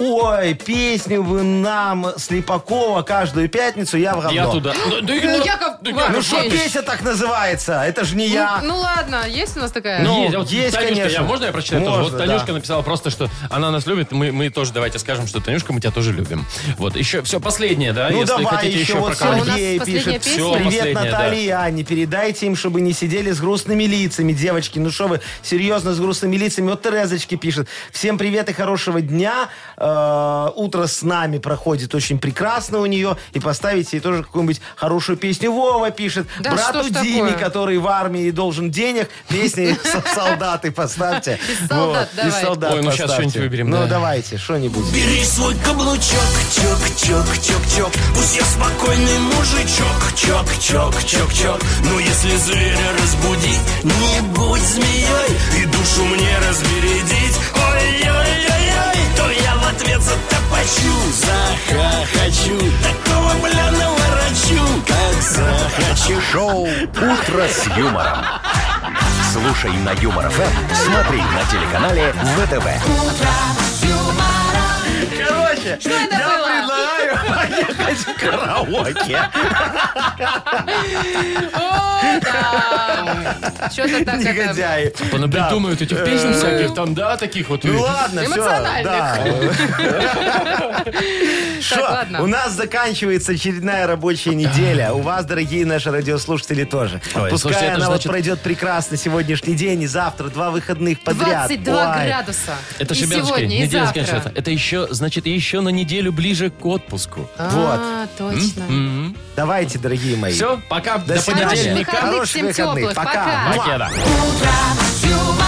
Ой, песню вы нам, Слепакова, каждую пятницу, я в говно. Я туда. Ну, да и Ну, ну, Яков да Маркович. Ну что, песня так называется? Это же не я. Ну ладно, есть у нас такая? Ну, Есть, вот есть, Танюшка, конечно. я- можно я прочитаю тоже? Можно, Вот Танюшка да. написала просто, что она нас любит, мы, мы тоже давайте скажем, что Танюшка, мы тебя тоже любим. Вот, еще все последнее, да, Ну если давай хотите еще, еще про вот кого-нибудь. Сергей У нас последняя пишет. песня? Всё, Привет, последняя, Наталья и Аня. Передайте им, чтобы не сидели с грустными лицами. Девочки, ну что вы, серьезно, с грустными лицами. Вот Терезочки пишет. Всем привет и хорошего дня. Э, утро с нами проходит очень прекрасно у нее. И поставите ей тоже какую-нибудь хорошую песню. Вова пишет. Да что Брату ж Диме, такое? который в армии должен денег, песни со- солдаты поставьте. Из солдат Вот, из давай. солдат Ой, ну щас поставьте. что-нибудь выберем, да. Ну давайте, что-нибудь. Бери свой каблучок, чок, чок, чок, чок. Пусть я спокойный мужичок, чок, чок, чок, чок. Но если зверя разбудить, не будь змеей и душу мне разбередить. Ой, ой, ой, ой, то я в ответ затопочу, захохочу. Такого бля наворочу, как захочу. Шоу «Утро с юмором». Слушай на Юмор ФМ, смотри на телеканале ВТВ. Короче, это я было? предлагаю поехать в караоке. Что-то так это... Негодяи. Понапридумывают этих песен всяких там, да, таких вот. Э, Ну ладно, все. Эмоциональных. Что, ладно. у нас заканчивается очередная рабочая неделя. У вас, дорогие наши радиослушатели, тоже. Ой, слушайте, Пускай это она вот значит- пройдет прекрасно сегодняшний день и завтра. Два выходных подряд. 22 Ой. градуса. Это и же, ребятушки, сегодня, и неделя завтра. заканчивается. Это еще, значит, еще на неделю ближе к отпуску. А, точно. Давайте, дорогие мои. Все, пока. До, свидания. понедельника. Выходных Хороших всем выходных. теплых. Пока. Пока. Покеда. Юмор.